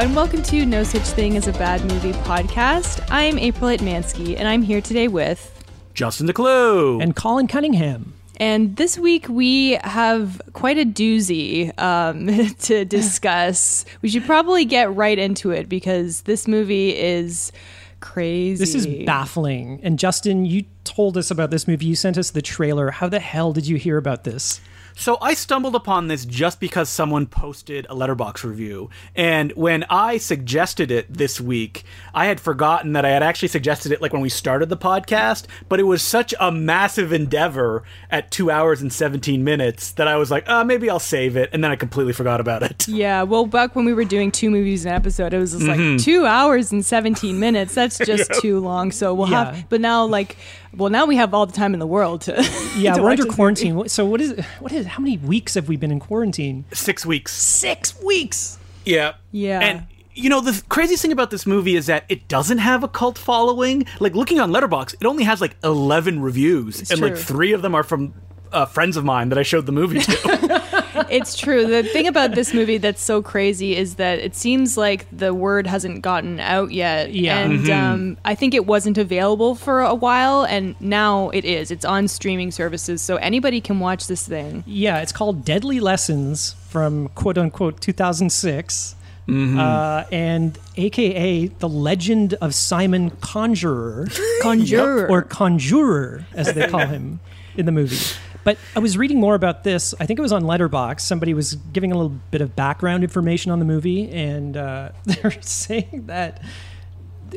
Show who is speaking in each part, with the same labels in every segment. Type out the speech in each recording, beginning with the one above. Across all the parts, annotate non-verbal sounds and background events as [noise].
Speaker 1: and welcome to No Such Thing as a Bad Movie podcast. I'm April Atmansky, and I'm here today with.
Speaker 2: Justin DeClue.
Speaker 3: and Colin Cunningham.
Speaker 1: And this week we have quite a doozy um, [laughs] to discuss. we should probably get right into it because this movie is crazy.
Speaker 3: This is baffling. And Justin, you told us about this movie. You sent us the trailer. How the hell did you hear about this?
Speaker 2: so I stumbled upon this just because someone posted a letterbox review. And when I suggested it this week, I had forgotten that I had actually suggested it like when we started the podcast, but it was such a massive endeavor at two hours and 17 minutes that I was like, uh, maybe I'll save it. And then I completely forgot about it.
Speaker 1: Yeah, well, back when we were doing two movies an episode, it was just like
Speaker 3: Mm-hmm.
Speaker 1: two hours and seventeen minutes.
Speaker 3: [laughs]
Speaker 1: That's just too long. So we'll
Speaker 3: Yeah.
Speaker 1: have, but now like, well, now we have all the time in the world to.
Speaker 3: Yeah,
Speaker 1: [laughs] to
Speaker 3: we're
Speaker 1: watch
Speaker 3: under
Speaker 1: this
Speaker 3: quarantine. What- So what is what is how many weeks have we been in quarantine?
Speaker 2: Six weeks.
Speaker 3: Six weeks.
Speaker 2: Yeah.
Speaker 1: Yeah.
Speaker 2: And you know the craziest thing about this movie is that it doesn't have a cult following. Like looking on Letterbox, it only has like eleven reviews, and like
Speaker 1: true.
Speaker 2: three of them are from uh, friends of mine that I showed the movie to.
Speaker 1: It's true. The thing about this movie that's so crazy is that it seems like the word hasn't gotten out yet.
Speaker 3: Yeah.
Speaker 1: And um, I think it wasn't available for a while, and now it is. It's on streaming services, so anybody can watch this thing.
Speaker 3: Yeah, it's called Deadly Lessons from quote unquote 2006. Uh, and AKA the legend of Simon Conjurer.
Speaker 1: Conjurer.
Speaker 3: or conjurer as they call him in the movie but i was reading more about this i think it was on letterbox somebody was giving a little bit of background information on the movie and uh, [laughs] they're saying that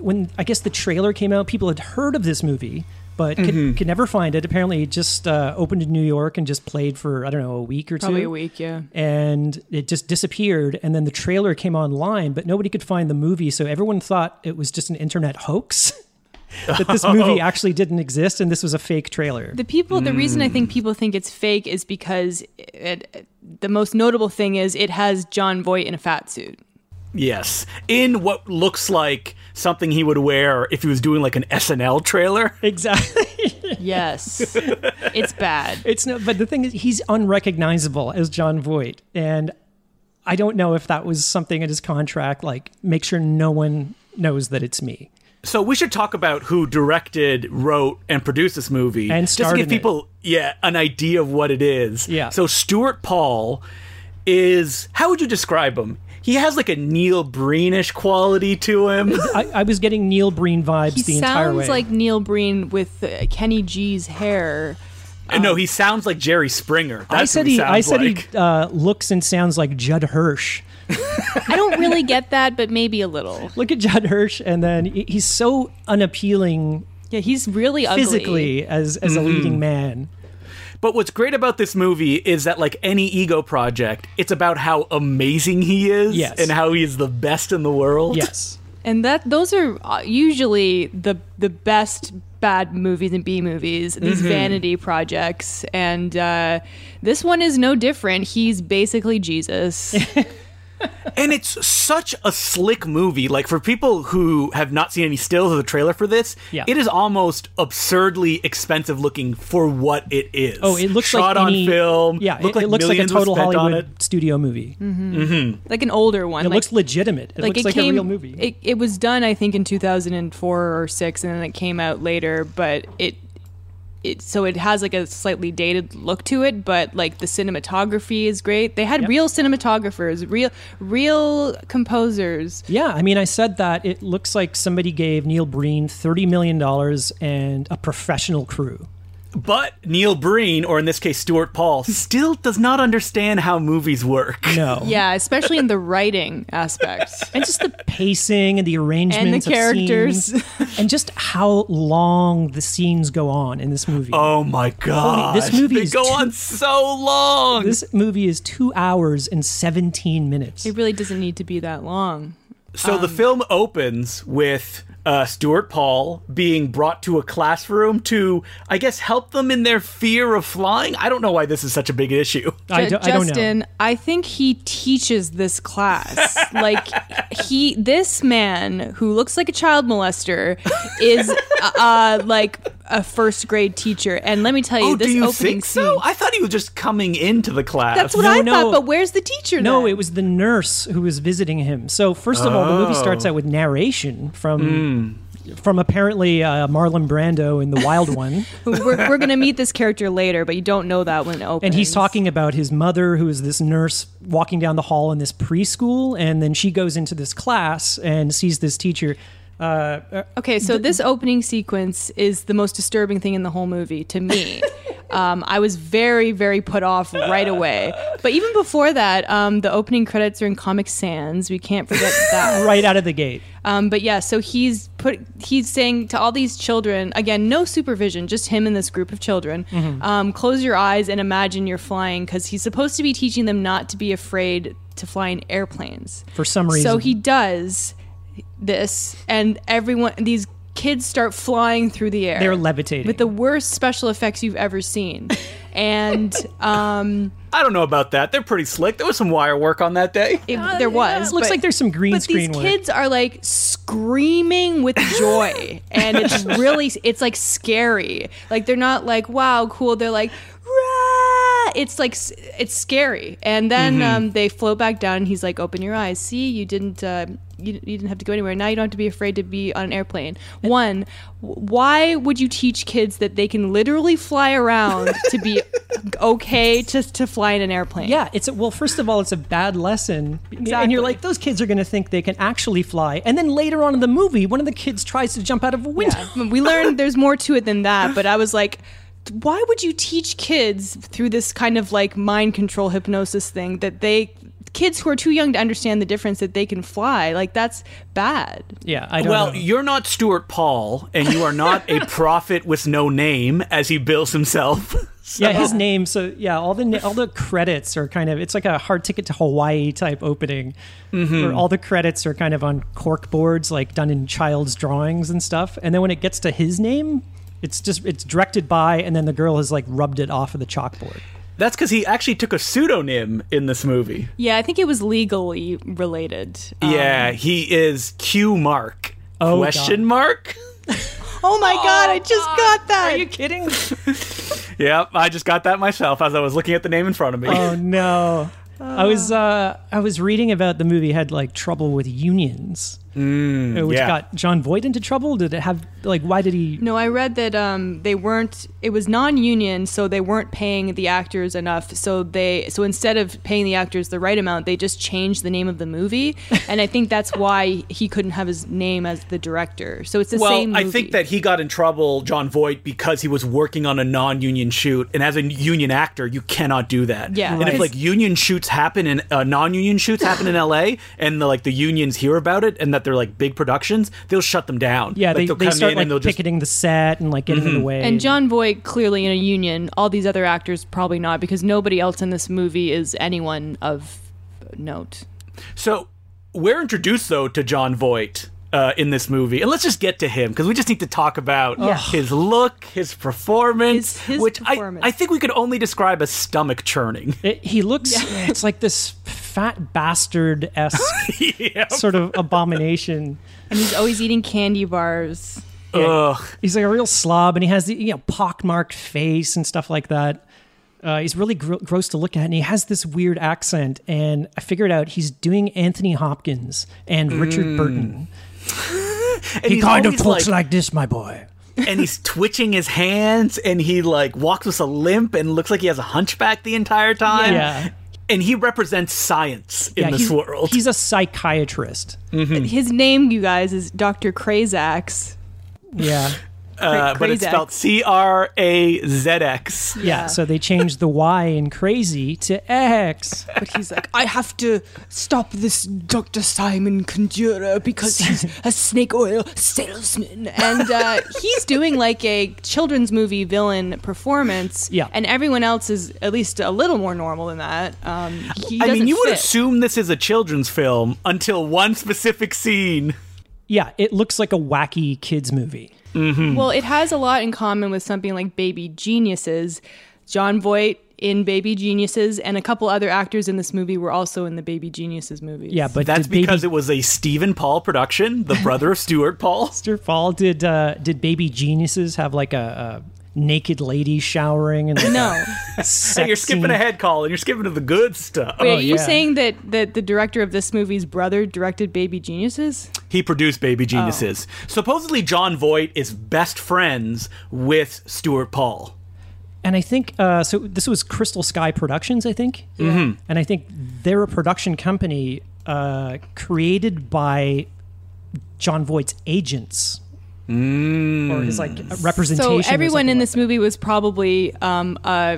Speaker 3: when i guess the trailer came out people had heard of this movie but could,
Speaker 1: Mm-hmm.
Speaker 3: could never find it apparently it just uh, opened in new york and just played for i don't know a week or
Speaker 1: Probably
Speaker 3: two
Speaker 1: a week, yeah.
Speaker 3: and it just disappeared and then the trailer came online but nobody could find the movie so everyone thought it was just an internet hoax [laughs] that
Speaker 1: [laughs]
Speaker 3: this movie actually didn't exist and this was a fake trailer
Speaker 1: Oh. The people, the reason I think people think it's fake is because it, the most notable thing is it has John Voight in a fat suit.
Speaker 2: yes, in what looks like something he would wear if he was doing like an SNL trailer.
Speaker 1: [laughs]
Speaker 3: exactly
Speaker 1: Yes, it's bad.
Speaker 3: it's no but the thing is he's unrecognizable as john voight and i don't know if that was something in his contract like make sure no one knows that it's me
Speaker 2: So we should talk about who directed, wrote, and produced this movie,
Speaker 3: And
Speaker 2: just to
Speaker 3: starred
Speaker 2: give
Speaker 3: in it.
Speaker 2: people yeah an idea of what it is.
Speaker 3: Yeah.
Speaker 2: So Stuart Paul is how would you describe him? He has like a Neil Breenish quality to him.
Speaker 3: I, I was getting neil breen vibes
Speaker 1: He
Speaker 3: the entire way
Speaker 1: sounds like Neil Breen with uh, Kenny G's hair.
Speaker 2: [laughs] no, he sounds like Jerry Springer. That's
Speaker 3: uh, I said
Speaker 2: who he,
Speaker 3: he,
Speaker 2: sounds
Speaker 3: I said
Speaker 2: like.
Speaker 3: he uh, looks and sounds like Judd Hirsch.
Speaker 1: I don't really get that, but maybe a little.
Speaker 3: Look at Judd Hirsch, and then he- he's so unappealing
Speaker 1: Yeah, he's really ugly.
Speaker 3: physically as as a
Speaker 2: Mm-hmm.
Speaker 3: leading man.
Speaker 2: But what's great about this movie is that, like any ego project, it's about how amazing he is
Speaker 3: Yes.
Speaker 2: and how he is the best in the world.
Speaker 3: Yes,
Speaker 1: and that those are uh, usually the the best bad movies and B movies. These vanity projects, and uh, this one is no different. He's basically Jesus. [laughs]
Speaker 2: And it's such a slick movie. Like for people who have not seen any stills of the trailer for this,
Speaker 3: Yeah.
Speaker 2: it is almost absurdly expensive looking for what it is.
Speaker 3: Oh, it looks
Speaker 2: shot
Speaker 3: like any-
Speaker 2: on film.
Speaker 3: Yeah,
Speaker 2: looked
Speaker 3: it, it looks like a
Speaker 2: millions was
Speaker 3: total
Speaker 2: spent on it.
Speaker 3: Hollywood studio movie.
Speaker 1: like an older one. Mm-hmm.
Speaker 3: It
Speaker 1: like,
Speaker 3: looks legitimate. It looks like a real movie.
Speaker 1: It, it was done, I think, in 2004 or six, and then it came out later. But it, it so it has like a slightly dated look to it. But like the cinematography is great. They had real cinematographers, real real composers.
Speaker 3: yeah, I mean, I said that it looks like somebody gave Neil Breen thirty million dollars and a professional crew.
Speaker 2: But Neil Breen, or in this case Stuart
Speaker 3: [laughs]
Speaker 2: Paul, still does not understand how movies work.
Speaker 3: No,
Speaker 1: Yeah, especially
Speaker 3: [laughs]
Speaker 1: in the writing aspects.
Speaker 3: and just the pacing and the arrangements of
Speaker 1: characters.
Speaker 3: scenes, [laughs] and just how long the scenes go on in this movie.
Speaker 2: Oh my god!
Speaker 3: this movie
Speaker 2: they
Speaker 3: is
Speaker 2: go
Speaker 3: too-
Speaker 2: on so long.
Speaker 3: This movie is two hours and 17 minutes.
Speaker 1: It really doesn't need to be that long.
Speaker 2: So
Speaker 1: Um,
Speaker 2: the film opens with uh, Stuart Paul being brought to a classroom to, I guess, help them in their fear of flying. I don't know why this is such a
Speaker 1: [laughs]
Speaker 2: big issue.
Speaker 3: I, do,
Speaker 1: Ju-
Speaker 3: I don't know.
Speaker 1: Justin, I think he teaches this
Speaker 3: [laughs]
Speaker 1: class. like he, this man who looks like a child molester, is uh, uh, like a first grade teacher. And let me tell you,
Speaker 2: Oh,
Speaker 1: this
Speaker 2: do you
Speaker 1: opening
Speaker 2: think so?
Speaker 1: scene.
Speaker 2: I thought he was just coming into the class.
Speaker 1: That's what
Speaker 3: No,
Speaker 1: I
Speaker 3: no.
Speaker 1: thought. But where's the teacher?
Speaker 3: No,
Speaker 1: then?
Speaker 3: it was the nurse who was visiting him. So first of all, the movie starts out with narration from from apparently uh, Marlon Brando in The
Speaker 1: [laughs]
Speaker 3: Wild One,
Speaker 1: [laughs] we're, we're gonna meet this character later, but you don't know that when it opens.
Speaker 3: and he's talking about his mother, who is this nurse walking down the hall in this preschool, and then she goes into this class and sees this teacher. Uh, uh,
Speaker 1: Okay, so this opening sequence is the most disturbing thing in the whole movie to me. um, I was very, very put off right away. But even before that, um, the opening credits are in Comic Sans. We can't forget that.
Speaker 3: right out of the gate.
Speaker 1: Um, but yeah, so he's put he's saying to all these children again, no supervision, just him and this group of children. Um, close your eyes and imagine you're flying because he's supposed to be teaching them not to be afraid to fly in airplanes.
Speaker 3: For some reason,
Speaker 1: So he does this, and everyone, these kids start flying through the air.
Speaker 3: they're levitating.
Speaker 1: with the worst special effects you've ever
Speaker 3: [laughs]
Speaker 1: seen, and um,
Speaker 2: I don't know about that. They're pretty slick. There was some wire work on that day.
Speaker 1: it, there was.
Speaker 3: it looks
Speaker 1: but-
Speaker 3: like there's some green
Speaker 1: But these
Speaker 3: screen work.
Speaker 1: kids are like screaming with joy, and
Speaker 3: [laughs]
Speaker 1: it's really, it's like scary. Like they're not like wow, cool. They're like. "Rah!" It's like s- it's scary, and then
Speaker 3: Mm-hmm.
Speaker 1: um, they float back down. And he's like, "Open your eyes. See, you didn't uh, you, you didn't have to go anywhere. Now you don't have to be afraid to be on an airplane. One, w- why would you teach kids that they can literally fly around to
Speaker 3: [laughs]
Speaker 1: be okay to, to fly in an airplane?
Speaker 3: Yeah, it's a, well. First of all, it's a bad lesson, and
Speaker 1: Exactly.
Speaker 3: you're like, those kids are going to think they can actually fly. And then later on in the movie, one of the kids tries to jump out of a window.
Speaker 1: Yeah. we learned there's more to it than that, but I was like, why would you teach kids through this kind of like mind control hypnosis thing that they kids who are too young to understand the difference that they can fly? Like that's bad.
Speaker 3: [laughs] Yeah, I don't
Speaker 2: Well,
Speaker 3: know.
Speaker 2: you're not Stuart Paul, and you are not
Speaker 1: [laughs]
Speaker 2: a prophet with no name, as he bills himself.
Speaker 3: yeah, his name. So yeah, all the na- all the credits are kind of it's like a hard ticket to Hawaii type opening, where all the credits are kind of on cork boards, like done in child's drawings and stuff. And then when it gets to his name, it's just it's directed by, and then the girl has like rubbed it off of the chalkboard.
Speaker 2: That's because he actually took a pseudonym in this movie.
Speaker 1: Yeah, I think it was legally related.
Speaker 2: yeah, he is Q Mark.
Speaker 3: Oh,
Speaker 2: question
Speaker 3: God.
Speaker 2: mark?
Speaker 1: oh my god, I just got that.
Speaker 3: Are you kidding?
Speaker 1: [laughs]
Speaker 2: Yep, I just got that myself as I was looking at the name in front of me.
Speaker 3: Oh no. I was uh, I was reading about the movie had like trouble with unions, uh, which
Speaker 2: Mm, yeah.
Speaker 3: got John Voight into trouble. Did it have like why did he?
Speaker 1: No, I read that um, they weren't. It was non-union, so they weren't paying the actors enough. So they, so instead of paying the actors the right amount, they just changed the name of the
Speaker 2: [laughs]
Speaker 1: movie, and I think that's why he couldn't have his name as the director. So it's the
Speaker 2: well,
Speaker 1: same.
Speaker 2: I
Speaker 1: movie.
Speaker 2: think that he got in trouble, John Voight, because he was working on a non-union shoot, and as a union actor, you cannot do that.
Speaker 1: Yeah.
Speaker 2: and if
Speaker 1: Right.
Speaker 2: like union shoots happen in uh, non-union shoots happen in L.A. and the, like the unions hear about it and that they're like big productions, they'll shut them down.
Speaker 3: Yeah,
Speaker 2: Like,
Speaker 3: they,
Speaker 2: they'll
Speaker 3: they
Speaker 2: come
Speaker 3: start
Speaker 2: in
Speaker 3: like
Speaker 2: and they'll just Mm-hmm.
Speaker 3: picketing the set and like getting in the way.
Speaker 1: And John Voight clearly in a union. All these other actors probably not, because nobody else in this movie is anyone of note.
Speaker 2: So we're introduced though to John Voight uh, in this movie, and let's just get to him because we just need to talk about
Speaker 1: Yeah.
Speaker 2: his look, his performance,
Speaker 1: His- his
Speaker 2: which
Speaker 1: performance.
Speaker 2: I I think we could only describe as stomach churning.
Speaker 3: It- he looks it's like this fat bastard
Speaker 2: [laughs]
Speaker 3: esque
Speaker 2: yeah.
Speaker 3: sort of abomination.
Speaker 1: And he's always eating candy
Speaker 2: [laughs]
Speaker 1: bars.
Speaker 2: Ugh.
Speaker 3: He's like a real slob, and he has the you know pockmarked face and stuff like that. Uh, he's really gr- gross to look at, and he has this weird accent. And I figured out he's doing Anthony Hopkins and Richard Burton.
Speaker 2: And Mm. he's always,
Speaker 3: like this, my boy.
Speaker 2: and he's twitching his hands, and he like walks with a limp, and looks like he has a hunchback the entire time.
Speaker 3: Yeah.
Speaker 2: And he represents science in
Speaker 3: Yeah,
Speaker 2: this
Speaker 3: he's,
Speaker 2: world.
Speaker 3: he's
Speaker 2: [laughs]
Speaker 3: a psychiatrist.
Speaker 1: His name, you guys, is Doctor Krazax.
Speaker 3: Yeah.
Speaker 2: uh, but it's
Speaker 1: Krazax.
Speaker 2: spelled C R A Z X.
Speaker 3: Yeah. So they changed the Y in crazy to X.
Speaker 1: But he's like, I have to stop this Dr. Simon Conjurer because he's a snake oil salesman. And uh, he's doing like a children's movie villain performance.
Speaker 3: Yeah.
Speaker 1: And everyone else is at least a little more normal than that. Um, he
Speaker 2: I mean,
Speaker 1: doesn't
Speaker 2: you would
Speaker 1: fit.
Speaker 2: assume this is a children's film until one specific scene.
Speaker 3: Yeah. It looks like a wacky kids movie.
Speaker 1: Well, it has a lot in common with something like Baby Geniuses. John Voight in Baby Geniuses, and a couple other actors in this movie were also in the Baby Geniuses movies.
Speaker 3: Yeah, but
Speaker 2: That's
Speaker 3: did Baby-
Speaker 2: because it was a Stephen Paul production, the brother of Stuart
Speaker 3: [laughs]
Speaker 2: Paul.
Speaker 3: Mr. Fall did uh, did Baby Geniuses have like a, a naked lady showering and like
Speaker 1: No.
Speaker 2: [laughs]
Speaker 3: a sex
Speaker 2: Hey, you're
Speaker 3: scene?
Speaker 2: skipping ahead, Colin. You're skipping to the good stuff.
Speaker 1: Wait, are you
Speaker 3: yeah.
Speaker 1: saying that, that the director of this movie's brother directed Baby Geniuses?
Speaker 2: He produced
Speaker 3: Oh.
Speaker 2: Baby Geniuses. Supposedly, John Voight is best friends with Stuart Paul.
Speaker 3: And I think uh, so. This was Crystal Sky Productions, I think.
Speaker 1: Mm-hmm.
Speaker 3: And I think they're a production company uh, created by John Voight's agents, or his like
Speaker 1: Mm. So
Speaker 3: representation.
Speaker 1: everyone in
Speaker 3: this.
Speaker 1: this movie was probably um, uh,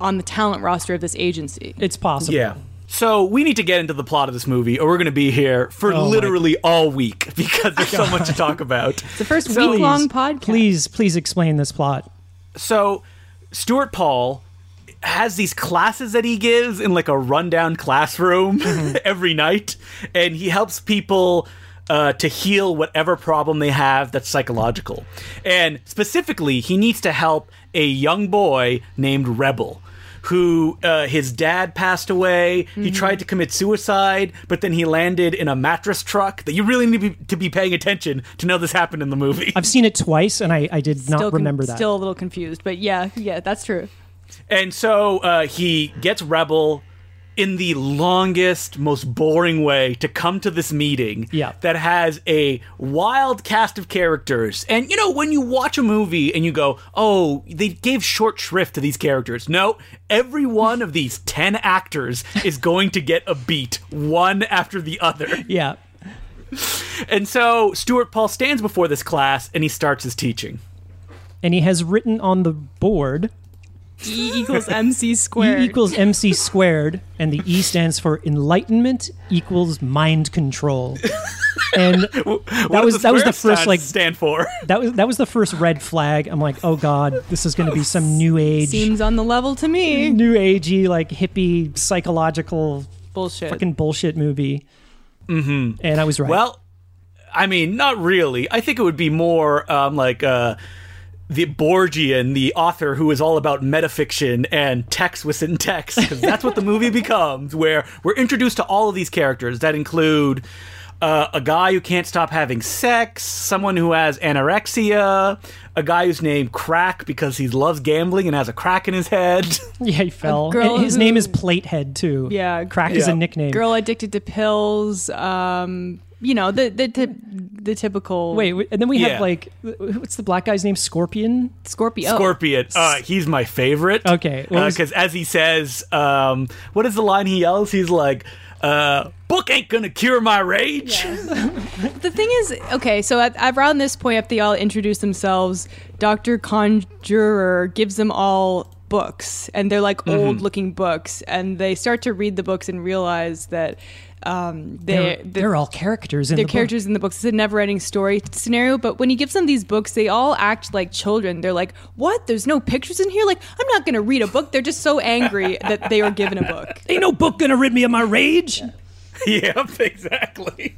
Speaker 1: on the talent roster of this agency.
Speaker 3: It's possible.
Speaker 2: So we need to get into the plot of this movie, or we're going to be here for
Speaker 3: Oh my-
Speaker 2: literally all week [laughs] because there's so much to talk
Speaker 3: [laughs]
Speaker 2: about.
Speaker 1: It's the first
Speaker 2: So-
Speaker 1: week long
Speaker 3: Please-
Speaker 1: podcast.
Speaker 3: Please, please explain this plot.
Speaker 2: So Stuart Paul has these classes that he gives in like a rundown classroom [laughs] every night, and he helps people. Uh, to heal whatever problem they have that's psychological. And specifically, he needs to help a young boy named Rebel, who uh, his dad passed away. He tried to commit suicide, but then he landed in a mattress truck that you really need to be, to be paying attention to know this happened in the movie.
Speaker 3: I've seen it twice, and I, I did
Speaker 1: Still
Speaker 3: not
Speaker 1: con-
Speaker 3: remember that.
Speaker 1: Still a little confused, but yeah, yeah, that's true.
Speaker 2: And so uh, he gets Rebel in the longest, most boring way to come to this meeting
Speaker 3: Yeah.
Speaker 2: that has a wild cast of characters. And you know, when you watch a movie and you go, oh, they gave short shrift to these characters. No, every one of these [laughs] 10 actors is going to get a beat, one after the other.
Speaker 3: yeah.
Speaker 2: And so Stuart Paul stands before this class and he starts his teaching.
Speaker 3: And he has written on the board [laughs]
Speaker 1: E equals MC
Speaker 3: E
Speaker 1: squared.
Speaker 3: equals MC squared, and the E stands for enlightenment equals mind
Speaker 1: [laughs]
Speaker 3: control. And
Speaker 2: What
Speaker 3: that
Speaker 2: does
Speaker 3: was
Speaker 2: the
Speaker 3: that was the
Speaker 2: square
Speaker 3: first like
Speaker 2: stand for.
Speaker 3: that was that was the first red flag. I'm like, oh god, this is going to be some new age,
Speaker 1: Seems on the level to me.
Speaker 3: new agey like hippie psychological
Speaker 1: Bullshit.
Speaker 3: fucking bullshit movie. Mm-hmm. And I was right.
Speaker 2: Well, I mean, not really. I think it would be more um, like uh, the Borgian, the author who is all about metafiction and text within text, because that's what the movie becomes, where we're introduced to all of these characters that include. Uh, a guy who can't stop having sex, someone who has anorexia, a guy who's named Crack because he loves gambling and has a crack in his head.
Speaker 3: [laughs]
Speaker 2: [laughs]
Speaker 3: yeah, he fell.
Speaker 1: girl
Speaker 3: And his
Speaker 1: who-
Speaker 3: name is Platehead too.
Speaker 1: Yeah,
Speaker 3: crack is
Speaker 2: yeah.
Speaker 3: a nickname.
Speaker 1: Girl addicted to pills. Um, you know the the tip, the typical
Speaker 3: Wait, w- and then we
Speaker 2: Yeah.
Speaker 3: have like wh- what's the black guy's name? Scorpion.
Speaker 1: Scorpio.
Speaker 2: Scorpion. Uh, he's my favorite.
Speaker 3: Oh. Okay, what was-
Speaker 2: Because as he says, um, what is the line he yells? He's like, uh, "Book ain't gonna cure my rage."
Speaker 1: The thing is, okay, so at, at around this point, after they all introduce themselves, Dr. Conjurer gives them all books, and they're like
Speaker 3: Mm-hmm.
Speaker 1: old looking books, and they start to read the books and realize that um,
Speaker 3: They're,
Speaker 1: they, the-
Speaker 3: they're all characters in
Speaker 1: their
Speaker 3: the book.
Speaker 1: characters in the books. It's a never ending story scenario, but when he gives them these books, they all act like children. They're like, What? There's no pictures in here? Like, I'm not going to read a book. They're just so
Speaker 3: [laughs]
Speaker 1: angry that they were given a book.
Speaker 3: Ain't no book gonna rid me of my rage.
Speaker 2: [laughs] yep, [laughs] exactly.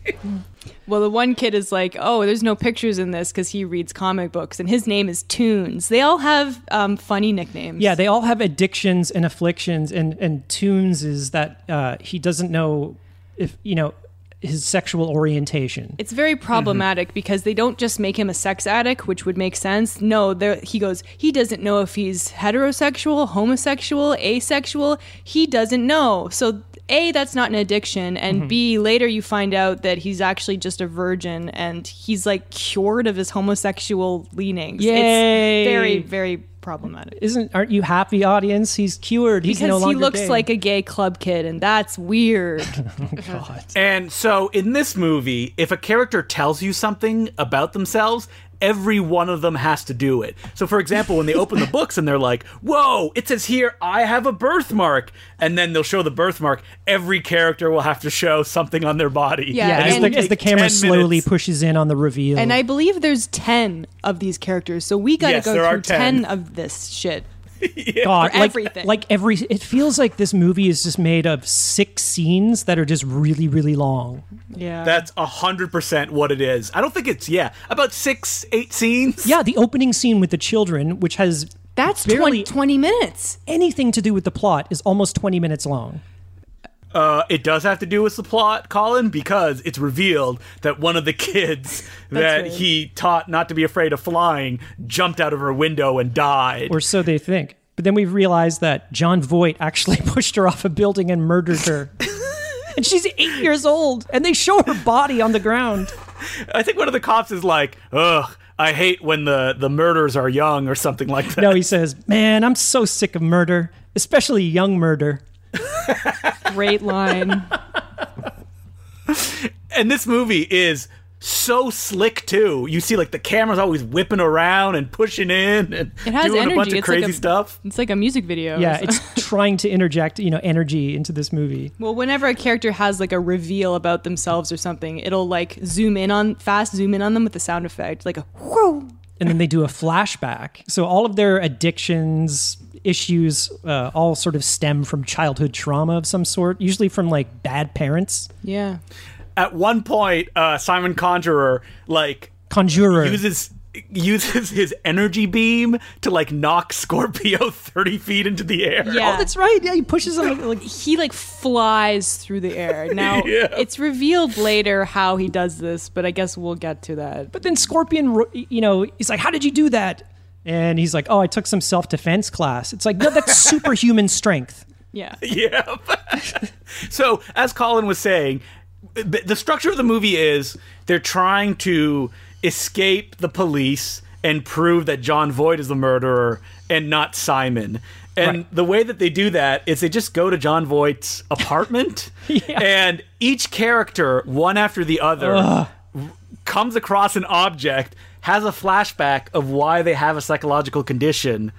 Speaker 1: Well, the one kid is like, oh, there's no pictures in this because he reads comic books, and his name is Toons. They all have um, funny nicknames.
Speaker 3: Yeah, they all have addictions and afflictions, and and Tunes is that uh, he doesn't know if you know his sexual orientation.
Speaker 1: it's very problematic because they don't just make him a sex addict, which would make sense. No, there he goes. He doesn't know if he's heterosexual, homosexual, asexual. He doesn't know. So. A, that's not an addiction. And
Speaker 3: Mm-hmm.
Speaker 1: B, later you find out that he's actually just a virgin and he's like cured of his homosexual leanings.
Speaker 3: Yay.
Speaker 1: It's very, very problematic.
Speaker 3: Isn't aren't you happy, audience? He's cured. He's
Speaker 1: because
Speaker 3: no
Speaker 1: he
Speaker 3: longer
Speaker 1: looks
Speaker 3: gay.
Speaker 1: like a gay club kid and that's
Speaker 3: [laughs]
Speaker 1: weird
Speaker 3: God.
Speaker 2: And so in this movie, if a character tells you something about themselves, every one of them has to do it. So for example, when they open the [laughs] books and they're like, "Whoa, it says here I have a birthmark." And then they'll show the birthmark, every character will have to show something on their body.
Speaker 1: Yeah,
Speaker 3: Yeah,
Speaker 2: And
Speaker 3: as
Speaker 2: it'll
Speaker 3: the, as
Speaker 2: take
Speaker 3: the camera
Speaker 2: 10
Speaker 3: slowly
Speaker 2: minutes.
Speaker 3: pushes in on the reveal.
Speaker 1: and i believe there's 10 of these characters so we gotta
Speaker 2: Yes,
Speaker 1: go
Speaker 2: there are
Speaker 1: through 10.
Speaker 2: 10.
Speaker 1: of this shit
Speaker 3: God,
Speaker 1: for
Speaker 3: like,
Speaker 1: everything.
Speaker 3: like every, it feels like this movie is just made of six scenes that are just really, really long.
Speaker 1: yeah
Speaker 2: That's a hundred percent what it is. I don't think it's yeah about six, eight scenes.
Speaker 3: Yeah, the opening scene with the children, which has
Speaker 1: That's 20,
Speaker 3: barely
Speaker 1: 20 minutes.
Speaker 3: anything to do with the plot is almost 20 minutes long.
Speaker 2: Uh, it does have to do with the plot, Colin, because it's revealed that one of
Speaker 1: [laughs]
Speaker 2: the kids that
Speaker 1: right.
Speaker 2: he taught not to be afraid of flying jumped out of her window and died.
Speaker 3: or so they think. But then we realize that John Voight actually [laughs] pushed her off a building and murdered her. [laughs] and she's eight years old, and they show her body on the ground.
Speaker 2: I think one of the cops is like, "Ugh, I hate when the the murders are young" or something like that.
Speaker 3: No, he says, Man, I'm so sick of murder, especially young murder.
Speaker 1: Great line.
Speaker 2: and this movie is so slick too. You see, like the camera's always whipping around and pushing in and
Speaker 1: It has
Speaker 2: doing
Speaker 1: energy.
Speaker 2: a bunch of
Speaker 1: it's
Speaker 2: crazy
Speaker 1: like a,
Speaker 2: stuff.
Speaker 1: It's like a music video. [laughs]
Speaker 3: Yeah,
Speaker 1: So-
Speaker 3: it's trying to interject, you know, energy into this movie.
Speaker 1: well, whenever a character has like a reveal about themselves or something, it'll like zoom in on fast, zoom in on them with the sound effect, like a whoo.
Speaker 3: And then they do a flashback. So all of their addictions, issues, uh, all sort of stem from childhood trauma of some sort, usually from like bad parents.
Speaker 1: Yeah.
Speaker 2: At one point, uh, Simon Conjurer like
Speaker 3: Conjurer.
Speaker 2: uses uses his energy beam to like knock Scorpio [laughs] thirty feet into the air.
Speaker 1: Yeah.
Speaker 3: Oh, that's right. Yeah, he pushes him like, like
Speaker 1: he like flies through the
Speaker 3: [laughs]
Speaker 1: air. Now
Speaker 2: Yeah.
Speaker 1: it's revealed later how he does this, but I guess we'll get to that.
Speaker 3: But then Scorpion, ro- you know, he's like, "How did you do that?" And he's like, "Oh, I took some self defense class." It's like, no,
Speaker 1: [laughs]
Speaker 3: that's superhuman strength.
Speaker 1: Yeah.
Speaker 2: [laughs] Yeah. so, as Colin was saying, th- the structure of the movie is they're trying to escape the police and prove that John Voight is the murderer and not Simon. And
Speaker 3: Right.
Speaker 2: the way that they do that is they just go to John Voight's [laughs] apartment, and each character, one after the other, w- comes across an object, has a flashback of why they have a psychological condition,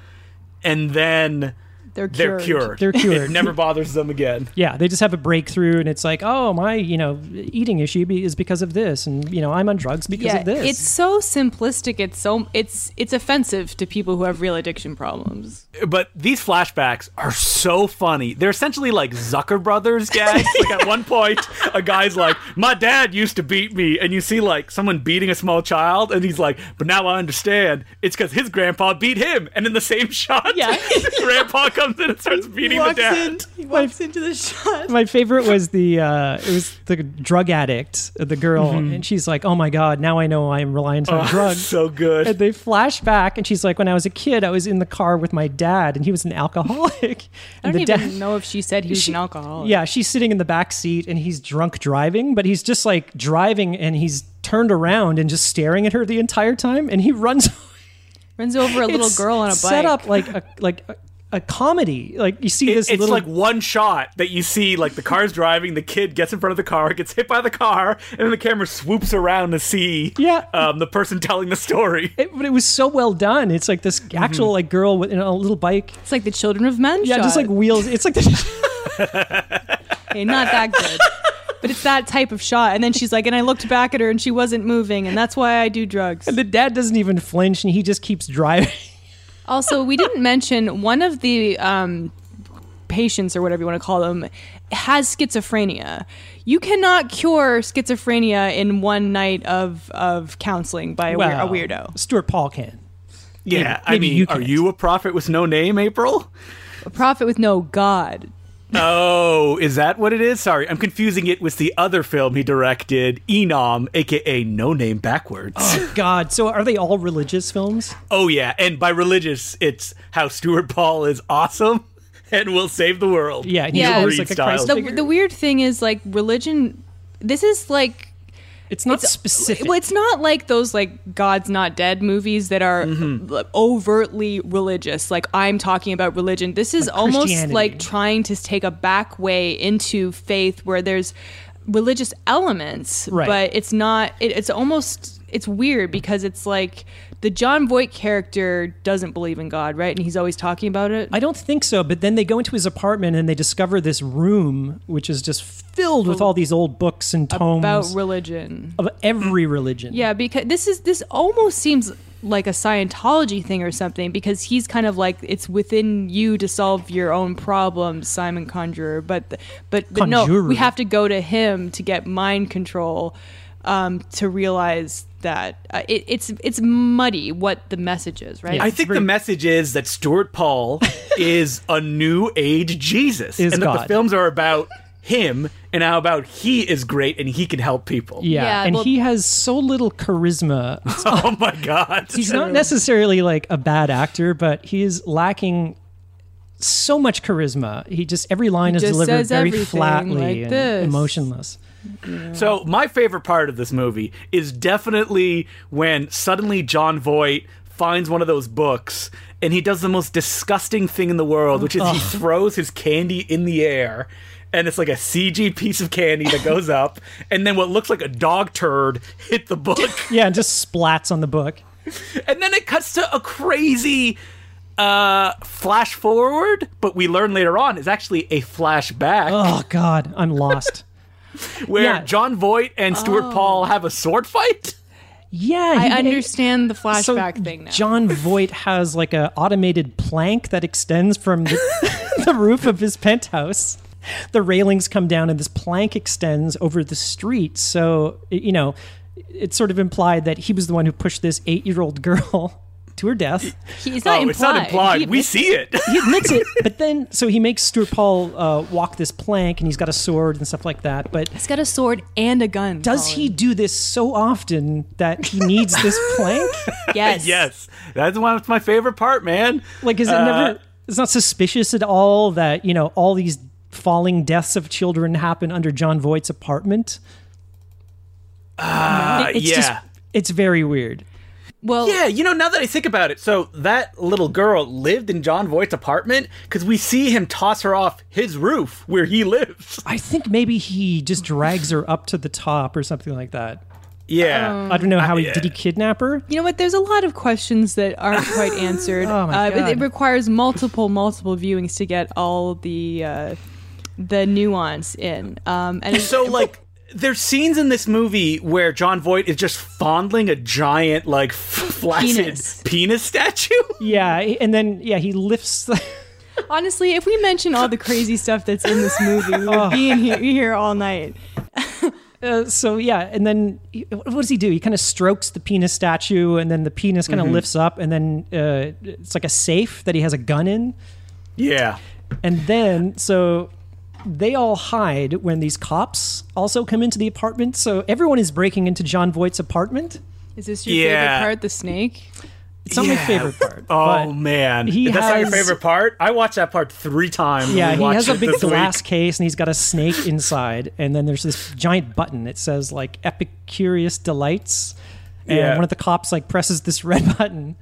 Speaker 2: and then
Speaker 1: They're cured.
Speaker 3: They're cured.
Speaker 2: it never bothers them again.
Speaker 3: Yeah, they just have a breakthrough, and it's like, "Oh, my, you know, eating issue be- is because of this, and you know, I'm on drugs because
Speaker 1: Yeah.
Speaker 3: of this."
Speaker 1: It's so simplistic. It's so it's it's offensive to people who have real addiction problems.
Speaker 2: But these flashbacks are so funny. They're essentially like Zucker Brothers [laughs] gags. like at one point, a guy's like, "My dad used to beat me," and you see like someone beating a small child, and he's like, "But now I understand. It's because his grandpa beat him." And in the same [laughs] shot,
Speaker 1: Yeah.
Speaker 2: grandpa comes in and starts beating the dad.
Speaker 1: he walks into the shot.
Speaker 3: my favorite was the uh, it was the drug addict, uh, the girl,
Speaker 1: Mm-hmm.
Speaker 3: and she's like, "Oh my god, now I know I'm reliant
Speaker 1: Oh.
Speaker 3: on drugs."
Speaker 2: So good.
Speaker 3: And they flash back, and she's like, "When I was a kid, I was in the car with my dad, and he was an alcoholic."
Speaker 1: [laughs] I
Speaker 3: and
Speaker 1: don't
Speaker 3: the
Speaker 1: even
Speaker 3: dad,
Speaker 1: know if she said he was
Speaker 3: She-
Speaker 1: an alcoholic.
Speaker 3: Yeah, she's sitting in the back seat and he's drunk driving, but he's just like driving and he's turned around and just staring at her the entire time and he runs
Speaker 1: Runs over a little
Speaker 3: It's
Speaker 1: girl on a bike.
Speaker 3: Set up like a like a, a comedy. Like you see this
Speaker 2: it's
Speaker 3: little
Speaker 2: like one shot that you see like the car's driving the kid gets in front of the car gets hit by the car and then the camera swoops around to see
Speaker 3: Yeah.
Speaker 2: um, the person telling the story
Speaker 3: it, but it was so well done. It's like this
Speaker 1: Mm-hmm.
Speaker 3: actual like girl with in a little bike.
Speaker 1: It's like the Children of Men
Speaker 3: Yeah,
Speaker 1: shot.
Speaker 3: just like wheels. It's like the, [laughs]
Speaker 1: Okay, not that good. But it's that type of shot. And then she's like, and I looked back at her and she wasn't moving, and that's why I do drugs.
Speaker 3: the dad doesn't even flinch and he just keeps driving.
Speaker 1: Also, we didn't mention one of the um, patients or whatever you want to call them has schizophrenia. You cannot cure schizophrenia in one night of of counseling by a, weir- a weirdo.
Speaker 3: Stuart Paul can.
Speaker 2: yeah i
Speaker 3: maybe
Speaker 2: mean
Speaker 3: you
Speaker 2: are
Speaker 3: can't.
Speaker 2: you a prophet with no name april
Speaker 1: A prophet with no god.
Speaker 2: oh is that what it is sorry i'm confusing it with the other film he directed enom aka no name backwards
Speaker 3: [laughs] Oh. God, so are they all religious films?
Speaker 2: oh yeah and by religious it's how stuart paul is awesome [laughs] and will save the world
Speaker 3: Yeah, and he's
Speaker 1: Yeah.
Speaker 2: Reed
Speaker 3: always like a
Speaker 2: style.
Speaker 3: Christ
Speaker 1: The,
Speaker 3: figure.
Speaker 1: the weird thing is like religion. This is like
Speaker 3: it's not specific.
Speaker 1: Well, it's not like those like God's Not Dead movies that are
Speaker 3: Mm-hmm.
Speaker 1: l- overtly religious. Like I'm talking about religion. This is almost
Speaker 3: Christianity.
Speaker 1: like trying to take a back way into faith where there's religious elements,
Speaker 3: Right.
Speaker 1: but it's not. It, it's almost it's weird because it's like the John Voight character doesn't believe in God, right? And he's always talking about it.
Speaker 3: I don't think so. But then they go into his apartment and they discover this room, which is just filled with all these old books and tomes
Speaker 1: about religion.
Speaker 3: of every religion.
Speaker 1: Yeah, because this is this almost seems like a Scientology thing or something because he's kind of like it's within you to solve your own problems, Simon Conjurer. But th- but, but no,
Speaker 3: Conjurer.
Speaker 1: we have to go to him to get mind control. um, to realize that uh, it, it's it's muddy what the message is, right?
Speaker 3: Yeah.
Speaker 2: I think the message is that Stuart
Speaker 3: [laughs]
Speaker 2: Paul is a new age Jesus,
Speaker 3: Is
Speaker 2: and that the
Speaker 3: God.
Speaker 2: films are about him and how about he is great and he can help people.
Speaker 3: Yeah,
Speaker 1: Yeah,
Speaker 3: and
Speaker 1: well-
Speaker 3: he has so little
Speaker 1: [laughs]
Speaker 3: charisma. It's-
Speaker 2: [laughs] Oh my god.
Speaker 3: He's not necessarily like a bad actor, but he is lacking so much charisma. He just every line is
Speaker 1: just
Speaker 3: delivered
Speaker 1: says
Speaker 3: very
Speaker 1: everything
Speaker 3: flatly
Speaker 1: like
Speaker 3: and
Speaker 1: this.
Speaker 3: emotionless.
Speaker 2: So my favorite part of this movie is definitely when suddenly John Voight finds one of those books and he does the most disgusting thing in the world, which is he throws his candy in the air. And it's like a CG piece of candy that goes up, and then what looks like a dog turd hit the book,
Speaker 3: Yeah, and just splats on
Speaker 1: [laughs]
Speaker 3: the book.
Speaker 2: and then it cuts to a crazy uh, flash forward. But we learn later on is actually a flashback.
Speaker 3: Oh God,
Speaker 1: [laughs]
Speaker 3: I'm lost.
Speaker 2: where
Speaker 3: Yeah.
Speaker 2: John Voight and Stuart
Speaker 3: Oh.
Speaker 2: Paul have a sword fight.
Speaker 3: yeah, he-
Speaker 1: I understand the flashback
Speaker 3: so
Speaker 1: thing now.
Speaker 3: John Voight has like a automated plank that extends from the, [laughs] the roof of his penthouse. The railings come down, and this plank extends over the street. So y- you know, it's sort of implied that he was the one who pushed this eight-year-old girl [laughs] to her death.
Speaker 1: He- it's not implied.
Speaker 2: oh, it's not implied.
Speaker 1: He
Speaker 2: we
Speaker 1: admits-
Speaker 2: see it.
Speaker 3: He admits it, [laughs] but then so he makes Stuart Paul uh, walk this plank, and he's got a sword and stuff like that. But
Speaker 1: He's got a sword and a gun.
Speaker 3: does
Speaker 1: Colin.
Speaker 3: he do this so often that he needs this [laughs] plank?
Speaker 1: Yes.
Speaker 2: [laughs] [laughs] yes, that's one of my favorite part, man. Uh,
Speaker 3: Like, is it never? It's not suspicious at all that you know all these falling deaths of children happen under John Voight's apartment.
Speaker 2: Uh,
Speaker 3: It- it's
Speaker 2: yeah.
Speaker 3: just it's very weird.
Speaker 1: Well,
Speaker 2: yeah, you know, now that I think about it, so that little girl lived in John Voight's apartment because we see him toss her off his roof where he lives. [laughs]
Speaker 3: I think maybe he just drags her up to the top or something like that.
Speaker 2: Yeah.
Speaker 3: I don't know how he
Speaker 2: yeah.
Speaker 3: did he kidnap her.
Speaker 1: you know what? There's a lot of questions that [laughs] aren't quite answered.
Speaker 3: Oh, my
Speaker 1: uh, but It
Speaker 3: God.
Speaker 1: requires multiple, multiple viewings to get all the uh, the nuance in. Um, and
Speaker 2: so like there's scenes in this movie where John Voight is just fondling a giant like f- flaccid
Speaker 1: Penis.
Speaker 2: penis statue. [laughs]
Speaker 3: Yeah, and then yeah he lifts. [laughs] The,
Speaker 1: honestly, if we mention all the crazy stuff that's in this movie,
Speaker 2: [laughs]
Speaker 1: we
Speaker 2: Oh.
Speaker 1: would be in here, here all night.
Speaker 3: Uh, so yeah, and then he- what what does he do? He kind of strokes the penis statue, and then the penis kind of lifts up, and then uh, it's like a safe that he has a gun in,
Speaker 2: yeah.
Speaker 3: and then so they all hide when these cops also come into the apartment. So everyone is breaking into John Voight's apartment.
Speaker 1: Is this your
Speaker 2: Yeah.
Speaker 1: favorite part, the snake?
Speaker 3: It's not my
Speaker 2: Yeah.
Speaker 3: favorite part.
Speaker 2: Oh
Speaker 3: but-
Speaker 2: man,
Speaker 3: he
Speaker 2: If that's not your
Speaker 3: has-
Speaker 2: favorite part. I watched that part three times.
Speaker 3: Yeah,
Speaker 2: when
Speaker 3: he
Speaker 2: we
Speaker 3: has
Speaker 2: watched
Speaker 3: a
Speaker 2: it
Speaker 3: big
Speaker 2: this week.
Speaker 3: glass case and he's got a snake inside, and then there's this giant button. It says like Epicurious Delights, and
Speaker 2: Yeah.
Speaker 3: one of the cops like presses this [laughs] red button,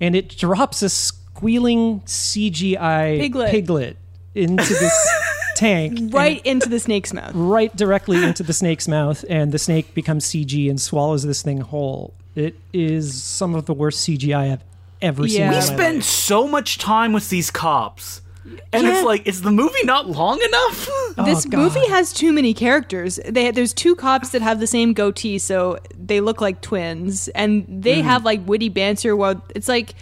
Speaker 3: and it drops a squealing CGI
Speaker 1: Piglet.
Speaker 3: into this tank, and
Speaker 1: Right into the snake's mouth.
Speaker 3: right directly into the snake's mouth, and the snake becomes CG and swallows this thing whole. It is some of the worst CGI I've ever seen.
Speaker 1: Yeah.
Speaker 3: in
Speaker 2: We
Speaker 3: my life.
Speaker 2: spend so much time with these cops, and it's like, is the movie not long enough?
Speaker 1: [gasps]
Speaker 2: [laughs]
Speaker 1: This
Speaker 3: Oh, God.
Speaker 1: movie has too many characters. They there's two cops that have the same goatee, so they look like twins, and they
Speaker 3: Mm-hmm.
Speaker 1: have like witty banter. While it's like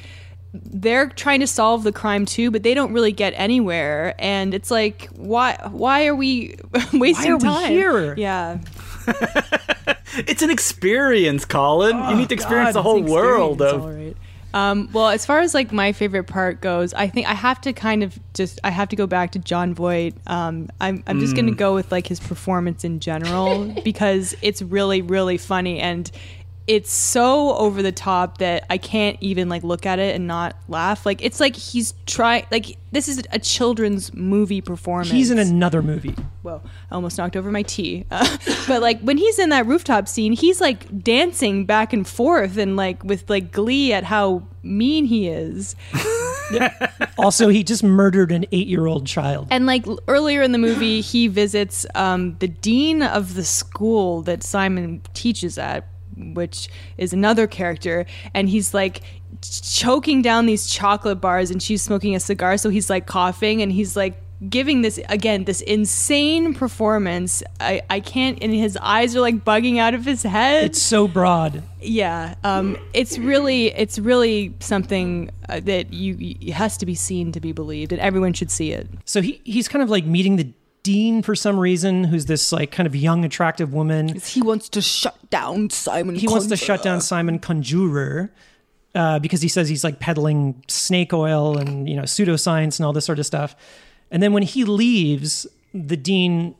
Speaker 1: they're trying to solve the crime too, but they don't really get anywhere. And it's like, why? Why are we [laughs] wasting
Speaker 3: are we
Speaker 1: time
Speaker 3: here?
Speaker 1: Yeah,
Speaker 2: it's an experience, Colin. you need to experience
Speaker 3: Oh, God,
Speaker 2: the
Speaker 3: it's
Speaker 2: whole world
Speaker 1: Experience,
Speaker 2: of.
Speaker 1: all right. Um, well, as far as like my favorite part goes, I think I have to kind of just I have to go back to John Voight. Um, I'm I'm just
Speaker 2: Mm.
Speaker 1: gonna go with like his performance in general
Speaker 2: [laughs]
Speaker 1: because it's really really funny and it's so over the top that I can't even like look at it and not laugh. Like it's like he's trying like this is a children's movie performance.
Speaker 3: He's in another movie.
Speaker 1: Whoa, I almost knocked over my tea. [laughs] Uh, but like when he's in that rooftop scene, he's like dancing back and forth and like with like glee at how mean he is.
Speaker 3: Also, he just murdered an eight-year-old child.
Speaker 1: And like l- earlier in the movie, he visits um, the dean of the school that Simon teaches at, which is another character, and he's like ch- choking down these chocolate bars, and she's smoking a cigar, so he's like coughing, and he's like giving this again this insane performance i i can't and his eyes are like bugging out of his head
Speaker 3: It's so broad.
Speaker 1: yeah um it's really it's really something uh, that you it has to be seen to be believed and everyone should see it
Speaker 3: So he he's kind of like meeting the Dean, for some reason, who's this like kind of young, attractive woman,
Speaker 1: He wants to shut down Simon.
Speaker 3: he wants to shut down Simon Conjurer uh, because he says he's like peddling snake oil and you know pseudoscience and all this sort of stuff. And then when he leaves, the dean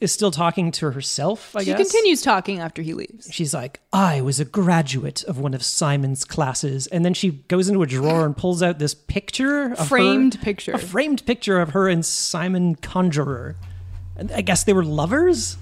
Speaker 3: is still talking to herself. I
Speaker 1: She
Speaker 3: guess
Speaker 1: continues talking after he leaves.
Speaker 3: She's like, I was a graduate of one of Simon's classes. And then she goes into a drawer and pulls out this picture of her-
Speaker 1: Framed picture.
Speaker 3: A framed picture of her and Simon Conjurer. And I guess they were lovers?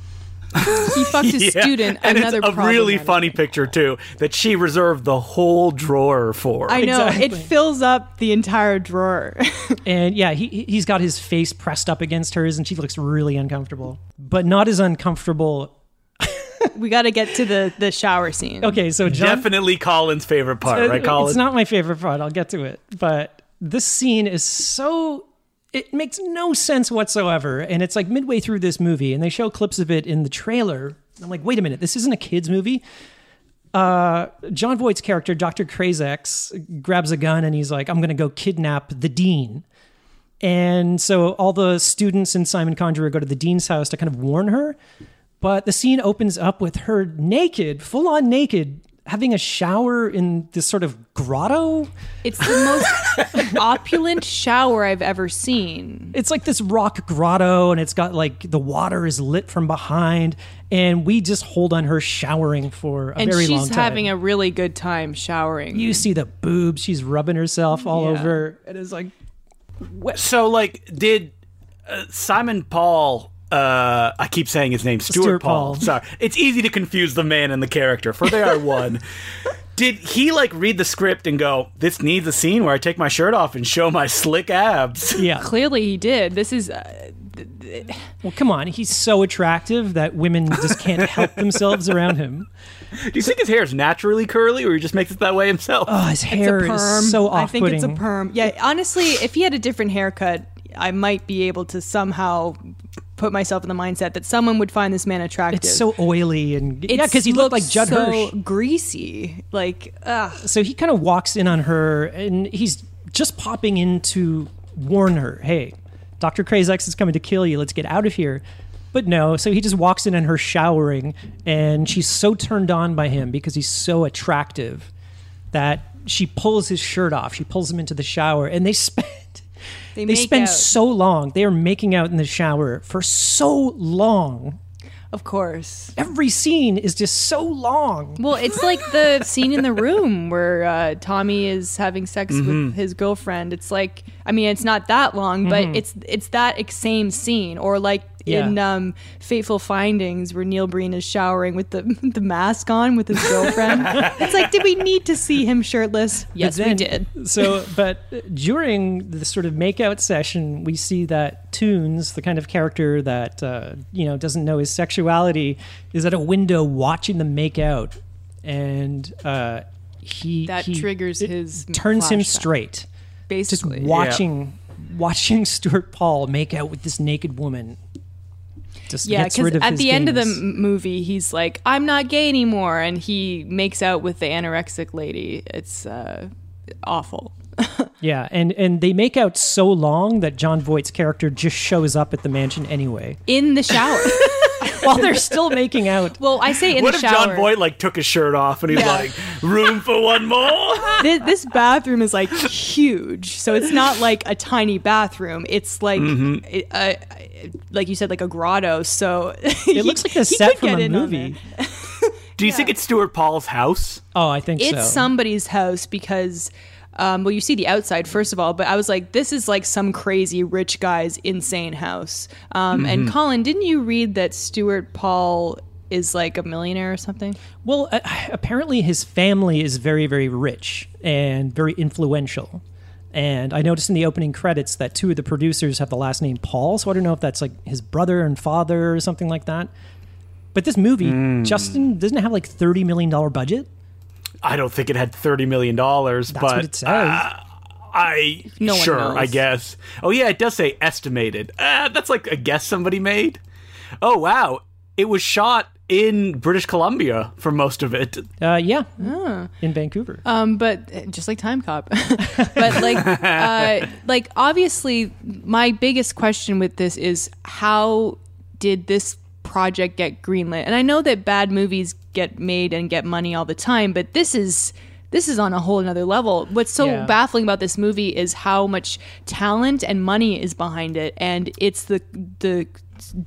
Speaker 1: He fucked his
Speaker 3: [laughs]
Speaker 2: Yeah,
Speaker 1: student.
Speaker 2: and
Speaker 1: another
Speaker 2: it's a really
Speaker 1: problematic
Speaker 2: funny
Speaker 1: thing.
Speaker 2: picture too that she reserved the whole drawer for.
Speaker 1: I know
Speaker 3: Exactly.
Speaker 1: it fills up the entire drawer. [laughs]
Speaker 3: And yeah, he he's got his face pressed up against hers, and she looks really uncomfortable, but not as uncomfortable.
Speaker 1: we got to get to the the shower scene.
Speaker 3: Okay, so John,
Speaker 2: Definitely Colin's favorite part, right, Colin?
Speaker 3: it's not my favorite part. I'll get to it, but this scene is so it makes no sense whatsoever, and it's like midway through this movie, and they show clips of it in the trailer. I'm like, wait a minute, this isn't a kids movie. Uh, John Voight's character, Dr. Krazex, grabs a gun and he's like, I'm going to go kidnap the dean. And so all the students in Simon Conjurer go to the dean's house to kind of warn her. But the scene opens up with her naked, full on naked, having a shower in this sort of grotto.
Speaker 1: It's the
Speaker 3: [laughs]
Speaker 1: most opulent shower I've ever seen.
Speaker 3: It's like this rock grotto, and it's got like the water is lit from behind. And we just hold on her showering for a
Speaker 1: And
Speaker 3: very long
Speaker 1: she's
Speaker 3: time.
Speaker 1: having a really good time showering.
Speaker 3: you see the boobs, she's rubbing herself all
Speaker 1: Yeah.
Speaker 3: over. And it's like,
Speaker 2: so, like, did uh, Simon Paul? Uh, I keep saying his name, Stuart,
Speaker 3: Stuart
Speaker 2: Paul.
Speaker 3: Paul.
Speaker 2: Sorry, it's easy to confuse the man and the character, for they are one. Did he like read the script and go, "This needs a scene where I take my shirt off and show my slick abs"?
Speaker 3: yeah.
Speaker 1: Clearly, he did. This is uh,
Speaker 3: Well, come on. He's so attractive that women just can't
Speaker 1: [laughs]
Speaker 3: help themselves around him.
Speaker 2: Do you think his hair is naturally curly, or he just makes it that way himself?
Speaker 3: Oh,
Speaker 1: it's
Speaker 3: his hair
Speaker 1: a perm.
Speaker 3: is so off
Speaker 1: I think it's a perm. Yeah, honestly, if he had a different haircut, I might be able to somehow put myself in the mindset that someone would find this man attractive.
Speaker 3: It's so oily and yeah,
Speaker 1: It
Speaker 3: because he looked like
Speaker 1: looks
Speaker 3: Judd
Speaker 1: so
Speaker 3: Hirsch.
Speaker 1: greasy. Like, ugh.
Speaker 3: So he kind of walks in on her, and he's just popping in to warn her, "Hey, Doctor Krazex is coming to kill you. Let's get out of here." But no, so he just walks in on her showering, and she's so turned on by him because he's so attractive that she pulls his shirt off. She pulls him into the shower, and they [laughs] spend.
Speaker 1: They
Speaker 3: They
Speaker 1: make
Speaker 3: spend
Speaker 1: out.
Speaker 3: so long. They are making out in the shower for so long.
Speaker 1: Of course.
Speaker 3: Every scene is just so long.
Speaker 1: Well, it's like the scene in the room where uh, Tommy is having sex
Speaker 3: Mm-hmm.
Speaker 1: with his girlfriend. It's like, I mean, it's not that long, but it's it's that ex- same scene, or like in
Speaker 3: Mm-hmm. Yeah.
Speaker 1: um, Fateful Findings where Neil Breen is showering with the [laughs] the mask on with his girlfriend.
Speaker 3: [laughs]
Speaker 1: it's like, did we need to see him shirtless? Yes, we
Speaker 3: then-
Speaker 1: did. [laughs]
Speaker 3: so, but during the sort of makeout session, we see that Toons, the kind of character that uh, you know doesn't know his sexuality, is at a window watching them make out, and uh, he
Speaker 1: That
Speaker 3: he-
Speaker 1: triggers
Speaker 3: it
Speaker 1: his
Speaker 3: turns him
Speaker 1: flashback.
Speaker 3: straight. Just
Speaker 1: Basically,
Speaker 3: watching watching [laughs] Stuart Paul make out with this naked woman. Just
Speaker 1: yeah.
Speaker 3: gets rid of
Speaker 1: at
Speaker 3: his
Speaker 1: the end of the
Speaker 3: gayness.
Speaker 1: m- movie, he's like, "I'm not gay anymore," and he makes out with the anorexic lady. It's uh, awful. [laughs]
Speaker 3: yeah, and and they make out so long that John Voight's character just shows up at the mansion anyway.
Speaker 1: in the [laughs] shower.
Speaker 3: while Oh, they're still
Speaker 1: [laughs]
Speaker 3: making out.
Speaker 1: well, I say in
Speaker 2: what
Speaker 1: the
Speaker 2: if
Speaker 1: shower.
Speaker 2: John Boyd like took his shirt off and he's
Speaker 1: Yeah.
Speaker 2: like, "Room for
Speaker 1: [laughs]
Speaker 2: one more"?
Speaker 1: Thi- this, bathroom is like huge, so it's not like a tiny bathroom. It's like,
Speaker 2: Mm-hmm.
Speaker 1: it- uh, like you said, like a grotto. So [laughs]
Speaker 3: It looks like the set from a movie.
Speaker 2: Do you think it's Stuart Paul's house?
Speaker 3: Oh, I think
Speaker 1: It's
Speaker 3: so.
Speaker 1: somebody's house because. Um, well, you see the outside first of all, but I was like, this is like some crazy rich guy's insane house. Um,
Speaker 3: Mm-hmm.
Speaker 1: And Colin, didn't you read that Stuart Paul is like a millionaire or something?
Speaker 3: well, uh, apparently his family is very, very rich and very influential. And I noticed in the opening credits that two of the producers have the last name Paul, so I don't know if that's like his brother and father or something like that. But this movie,
Speaker 2: Hmm.
Speaker 3: Justin doesn't it have like thirty million dollar budget.
Speaker 2: I don't think it had thirty million dollars,
Speaker 3: That's what
Speaker 2: but
Speaker 3: it says.
Speaker 2: I
Speaker 1: No one
Speaker 2: sure,
Speaker 1: knows.
Speaker 2: I guess. Oh yeah, it does say estimated. Uh, that's like a guess somebody made. Oh wow, it was shot in British Columbia for most of it.
Speaker 3: Uh, yeah, in Vancouver.
Speaker 1: Um, but just like Time Cop, [laughs] but like, uh, like obviously, my biggest question with this is how did this project get greenlit? And I know that bad movies get made and get money all the time, but this is this is on a whole another level. What's so
Speaker 3: Yeah.
Speaker 1: baffling about this movie is how much talent and money is behind it, and it's the the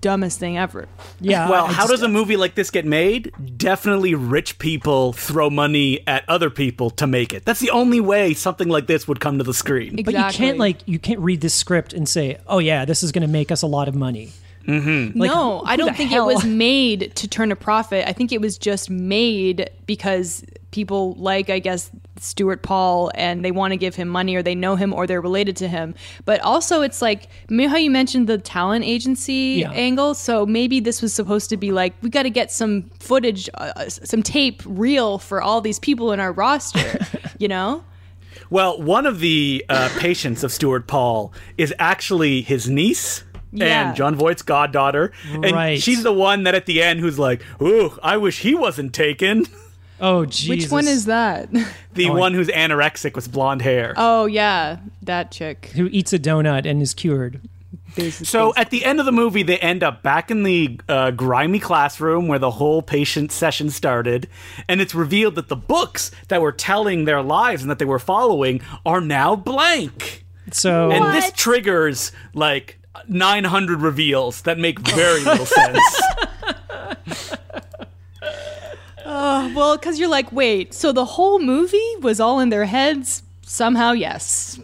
Speaker 1: dumbest thing ever. Ah,
Speaker 3: yeah.
Speaker 2: well,
Speaker 3: I
Speaker 2: how
Speaker 3: just-
Speaker 2: does a movie like this get made? Definitely rich people throw money at other people to make it. That's the only way something like this would come to the screen.
Speaker 3: But you can't like you can't read this script and say, "Oh yeah, this is going to make us a lot of money." Like,
Speaker 1: no, I
Speaker 3: the
Speaker 1: don't think
Speaker 3: hell-
Speaker 1: it was made to turn a profit. I think it was just made because people like, I guess, Stuart Paul and they want to give him money or they know him or they're related to him. But also, it's like, you know how you mentioned the talent agency
Speaker 3: Yeah.
Speaker 1: angle? So maybe this was supposed to be like, we got to get some footage, uh, uh, some tape real for all these people in our
Speaker 3: [laughs]
Speaker 1: roster, you know?
Speaker 2: Well, one of the uh, patients of Stuart Paul is actually his niece.
Speaker 1: Yeah.
Speaker 2: And John Voight's goddaughter. And
Speaker 3: Right.
Speaker 2: she's the one that at the end who's like, Ooh, I wish he wasn't taken. [laughs]
Speaker 3: Oh, Jesus.
Speaker 1: Which one is that? [laughs]
Speaker 2: The
Speaker 3: Oh, I-
Speaker 2: one who's anorexic with blonde hair.
Speaker 1: oh, yeah, that chick.
Speaker 3: who eats a donut and is cured?
Speaker 1: Basi-
Speaker 2: So at the end of the movie, they end up back in the uh, grimy classroom where the whole patient session started, and it's revealed that the books that were telling their lives and that they were following are now blank.
Speaker 3: So
Speaker 2: And this triggers like 900 reveals that make
Speaker 1: [laughs]
Speaker 2: very little sense.
Speaker 1: Well, because you're like, wait, so the whole movie was all in their heads? Somehow, yes.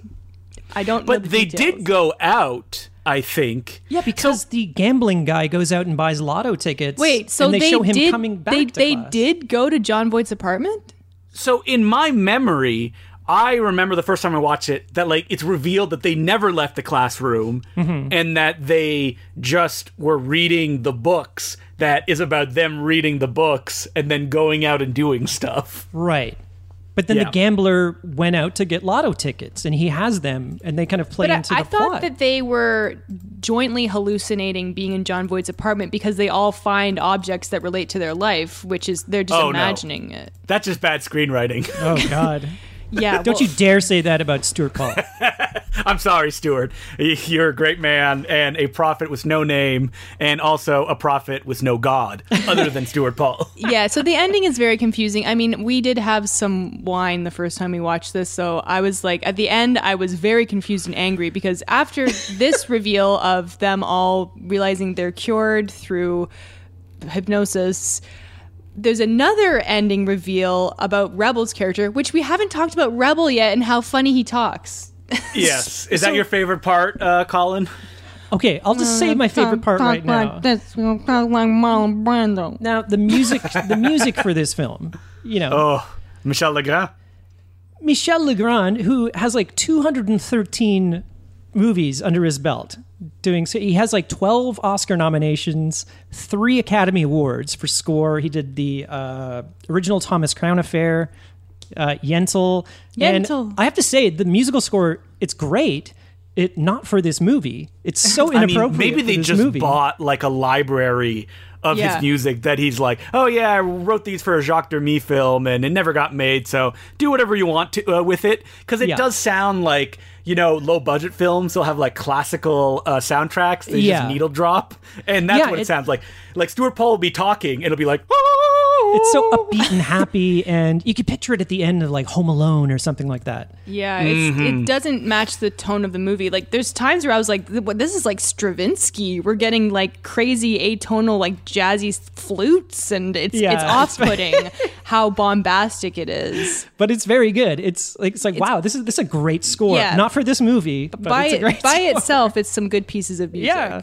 Speaker 1: I don't know.
Speaker 2: But
Speaker 1: the
Speaker 2: they
Speaker 1: details.
Speaker 2: did go out, I think.
Speaker 3: yeah, because the gambling guy goes out and buys lotto tickets.
Speaker 1: Wait, so
Speaker 3: and they,
Speaker 1: they
Speaker 3: show him
Speaker 1: did,
Speaker 3: coming back.
Speaker 1: They,
Speaker 3: to
Speaker 1: they
Speaker 3: class.
Speaker 1: did go to John Voight's apartment?
Speaker 2: So in my memory, I remember the first time I watched it that like it's revealed that they never left the classroom
Speaker 1: Mm-hmm.
Speaker 2: and that they just were reading the books that is about them reading the books and then going out and doing stuff.
Speaker 3: Right. But then
Speaker 2: Yeah.
Speaker 3: the gambler went out to get lotto tickets and he has them and they kind of play
Speaker 1: But I,
Speaker 3: into
Speaker 1: I
Speaker 3: the
Speaker 1: thought
Speaker 3: plot.
Speaker 1: that they were jointly hallucinating being in John Voight's apartment because they all find objects that relate to their life, which is they're just
Speaker 2: Oh, no.
Speaker 1: imagining
Speaker 3: [laughs]
Speaker 1: it.
Speaker 2: That's just bad screenwriting. [laughs]
Speaker 3: oh
Speaker 1: [laughs]
Speaker 3: god. [laughs]
Speaker 1: Yeah.
Speaker 3: Don't
Speaker 1: well,
Speaker 3: you dare say that about Stuart Paul.
Speaker 1: [laughs]
Speaker 2: I'm sorry, Stuart. [laughs] You're a great man and a prophet with no name and also a prophet with no god other than Stuart Paul.
Speaker 1: yeah, so the ending is very confusing. I mean, we did have some wine the first time we watched this, so I was like, at the end, I was very confused and angry because after this reveal of them all realizing they're cured through hypnosis, there's another ending reveal about Rebel's character, which we haven't talked about Rebel yet and how funny he talks.
Speaker 2: Yes. Is that your favorite part, uh, Colin?
Speaker 3: Okay, I'll
Speaker 1: Uh,
Speaker 3: just say my favorite part right now.
Speaker 4: That's like Marlon Brando.
Speaker 3: Now the music the music for this film, you know,
Speaker 2: Oh, Michel Legrand.
Speaker 3: Michel Legrand, who has like 213 movies under his belt, doing so he has like 12 Oscar nominations, three Academy Awards for score. He did the uh, original Thomas Crown Affair, uh, Yentl. And
Speaker 1: Yentl.
Speaker 3: I have to say, the musical score it's great. It not for this movie. It's so
Speaker 2: I
Speaker 3: inappropriate.
Speaker 2: mean, maybe
Speaker 3: for
Speaker 2: they
Speaker 3: this
Speaker 2: just
Speaker 3: movie.
Speaker 2: bought like a library of
Speaker 1: Yeah.
Speaker 2: his music that he's like, oh yeah, I wrote these for a Jacques Demy film and it never got made, so do whatever you want to uh, with it because it
Speaker 3: Yeah.
Speaker 2: does sound like you know low budget films they'll have like classical uh, soundtracks they
Speaker 3: Yeah.
Speaker 2: just needle drop and that's
Speaker 3: Yeah,
Speaker 2: what it,
Speaker 3: it-
Speaker 2: sounds like. Like Stuart Paul will be talking and it'll be like, oh,
Speaker 3: It's so upbeat and happy, and you could picture it at the end of like Home Alone or something like that.
Speaker 1: Yeah, it's,
Speaker 3: Mm-hmm.
Speaker 1: it doesn't match the tone of the movie. Like, there's times where I was like, "Th- what- "This is like Stravinsky. We're getting like crazy atonal, like jazzy s- flutes, and it's
Speaker 3: Yeah. [laughs]
Speaker 1: it's off-putting how bombastic it is."
Speaker 3: but it's very good. It's like it's like wow, this is this is a great score.
Speaker 1: Yeah.
Speaker 3: Not for this movie, [laughs] but
Speaker 1: by
Speaker 3: it's a great
Speaker 1: it, by
Speaker 3: score.
Speaker 1: itself, it's some good pieces of music.
Speaker 3: Yeah.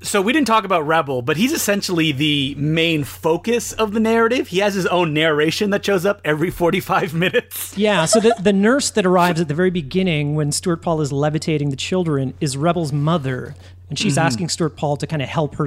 Speaker 2: So we didn't talk about Rebel, but he's essentially the main focus of the narrative. He has his own narration that shows up every 45 minutes.
Speaker 3: [laughs] Yeah, so the, the nurse that arrives at the very beginning when Stuart Paul is levitating the children is Rebel's mother, and she's asking Stuart Paul to kind of help her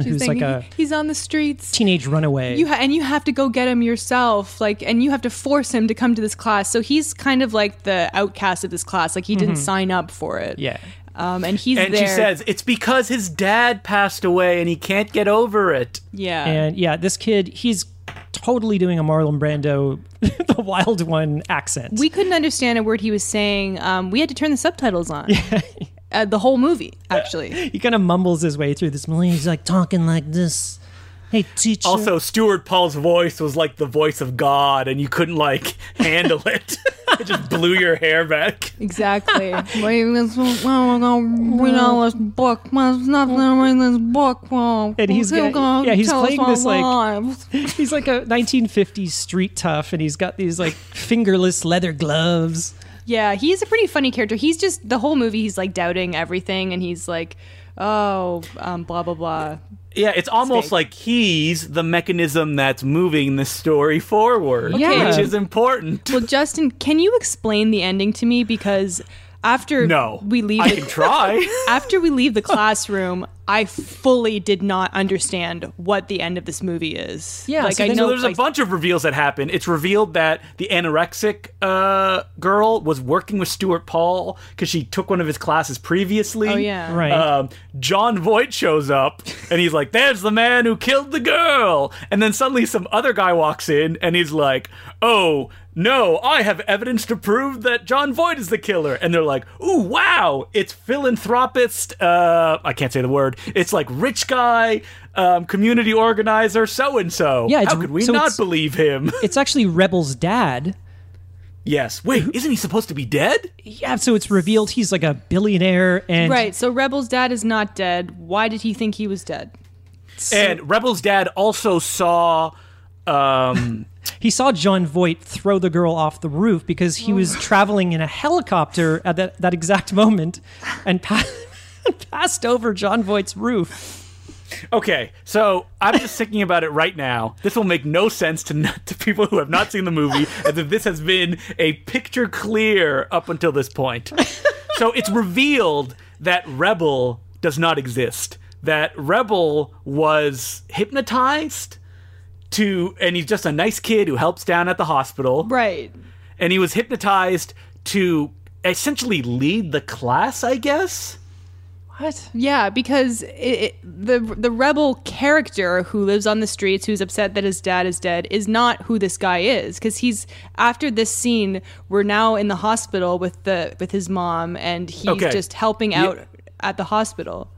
Speaker 1: Mm-hmm. She's
Speaker 3: who's
Speaker 1: thinking,
Speaker 3: like a
Speaker 1: he's on the streets.
Speaker 3: teenage runaway.
Speaker 1: You ha- and you have to go get him yourself, like, and you have to force him to
Speaker 3: Mm-hmm.
Speaker 1: come to this class. So he's kind of like the outcast of this class. Like he didn't sign up for it.
Speaker 3: yeah,
Speaker 1: Um, and he's
Speaker 2: and
Speaker 1: there.
Speaker 2: she says it's because his dad passed away and he can't get over it.
Speaker 1: yeah.
Speaker 3: And yeah, this kid, he's totally doing a Marlon Brando, [laughs] the wild one accent.
Speaker 1: we couldn't understand a word he was saying. Um, we had to turn the subtitles
Speaker 2: [laughs]
Speaker 1: on. Uh, the whole movie, actually.
Speaker 3: he kind of mumbles his way through this. movie. He's like talking like this. Hey, teacher.
Speaker 2: Also, Stuart Paul's voice was like the voice of God, and you couldn't like handle [laughs] it. it just blew your hair back. [laughs]
Speaker 1: Exactly.
Speaker 4: Wait, let's well, gonna read all this book. There's nothing in this book. Well,
Speaker 3: And he's
Speaker 4: who's
Speaker 3: gonna-
Speaker 4: gonna
Speaker 3: yeah, he's
Speaker 4: tell
Speaker 3: playing
Speaker 4: us
Speaker 3: this,
Speaker 4: our
Speaker 3: like-
Speaker 4: lives?
Speaker 3: he's like a 1950s street tough, and he's got these like fingerless leather gloves.
Speaker 1: yeah, he's a pretty funny character. He's just, the whole movie, he's like doubting everything and he's like, oh, um, blah, blah, blah.
Speaker 2: Yeah, it's almost
Speaker 1: Steak.
Speaker 2: like he's the mechanism that's moving the story forward,
Speaker 1: Yeah.
Speaker 2: which is important.
Speaker 1: Well, Justin, can you explain the ending to me? Because after
Speaker 2: No,
Speaker 1: we leave
Speaker 2: I
Speaker 1: the-
Speaker 2: can try.
Speaker 1: [laughs] after we leave the classroom, I fully did not understand what the end of this movie is.
Speaker 3: Yeah,
Speaker 1: like
Speaker 3: so
Speaker 1: I
Speaker 3: then-
Speaker 1: know
Speaker 2: So there's a
Speaker 1: like-
Speaker 2: bunch of reveals that happen. It's revealed that the anorexic uh, girl was working with Stuart Paul because she took one of his classes previously.
Speaker 1: Oh, yeah.
Speaker 3: Right.
Speaker 2: Um, John Voight shows up and he's like, "There's the man who killed the girl," and then suddenly some other guy walks in and he's like, "Oh." No, I have evidence to prove that John Voight is the killer. And they're like, ooh, wow, it's philanthropist, uh, I can't say the word, it's like rich guy, um, community organizer, so and so.
Speaker 3: Yeah, it's-
Speaker 2: How could we
Speaker 3: so
Speaker 2: not
Speaker 3: it's-
Speaker 2: believe
Speaker 3: [laughs]
Speaker 2: him?
Speaker 3: It's actually Rebel's dad.
Speaker 2: yes.
Speaker 3: [laughs]
Speaker 2: Wait, isn't he supposed to be dead?
Speaker 3: Yeah, so it's revealed he's like a billionaire and
Speaker 1: Right, so Rebel's dad is not dead. Why did he think he was dead?
Speaker 2: And Rebel's dad also saw. Um, [laughs]
Speaker 3: He saw John Voight throw the girl off the roof because he was traveling in a helicopter at that, that exact moment and pa- [laughs] passed over John Voight's roof. [laughs]
Speaker 2: Okay, so I'm just thinking about it right now. This will make no sense to, not, [laughs] to people who have not seen the
Speaker 3: [laughs]
Speaker 2: movie, as if this has been a picture clear up until this
Speaker 3: [laughs]
Speaker 2: point. So it's revealed that Rebel does not exist. That Rebel was hypnotized to, and he's just a nice kid who helps down at the hospital
Speaker 1: Right.
Speaker 2: and he was hypnotized to essentially lead the class, I guess.
Speaker 3: What?
Speaker 1: Yeah, because it, it, the the rebel character who lives on the streets, who's upset that his dad is dead, is not who this guy is. Because he's after this scene, we're now in the hospital with the with his mom, and he's
Speaker 2: Okay.
Speaker 1: just helping out at the hospital.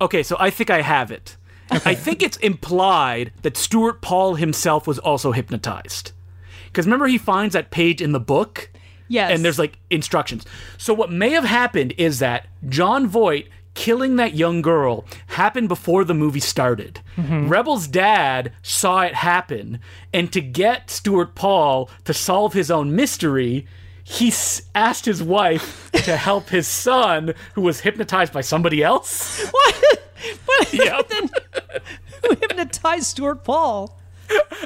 Speaker 2: Okay, so I think I have it. I think it's implied that Stuart Paul himself was also hypnotized. Because remember, he finds that page in the book,
Speaker 1: Yes,
Speaker 2: and there's like instructions. So, what may have happened is that John Voight killing that young girl happened before the movie started.
Speaker 3: Mm-hmm.
Speaker 2: Rebel's dad saw it happen, and to get Stuart Paul to solve his own mystery, he s- asked his wife
Speaker 3: [laughs]
Speaker 2: to help his son, who was hypnotized by somebody else.
Speaker 3: What? What?
Speaker 2: [laughs] Yep.
Speaker 3: then who hypnotized Stuart Paul?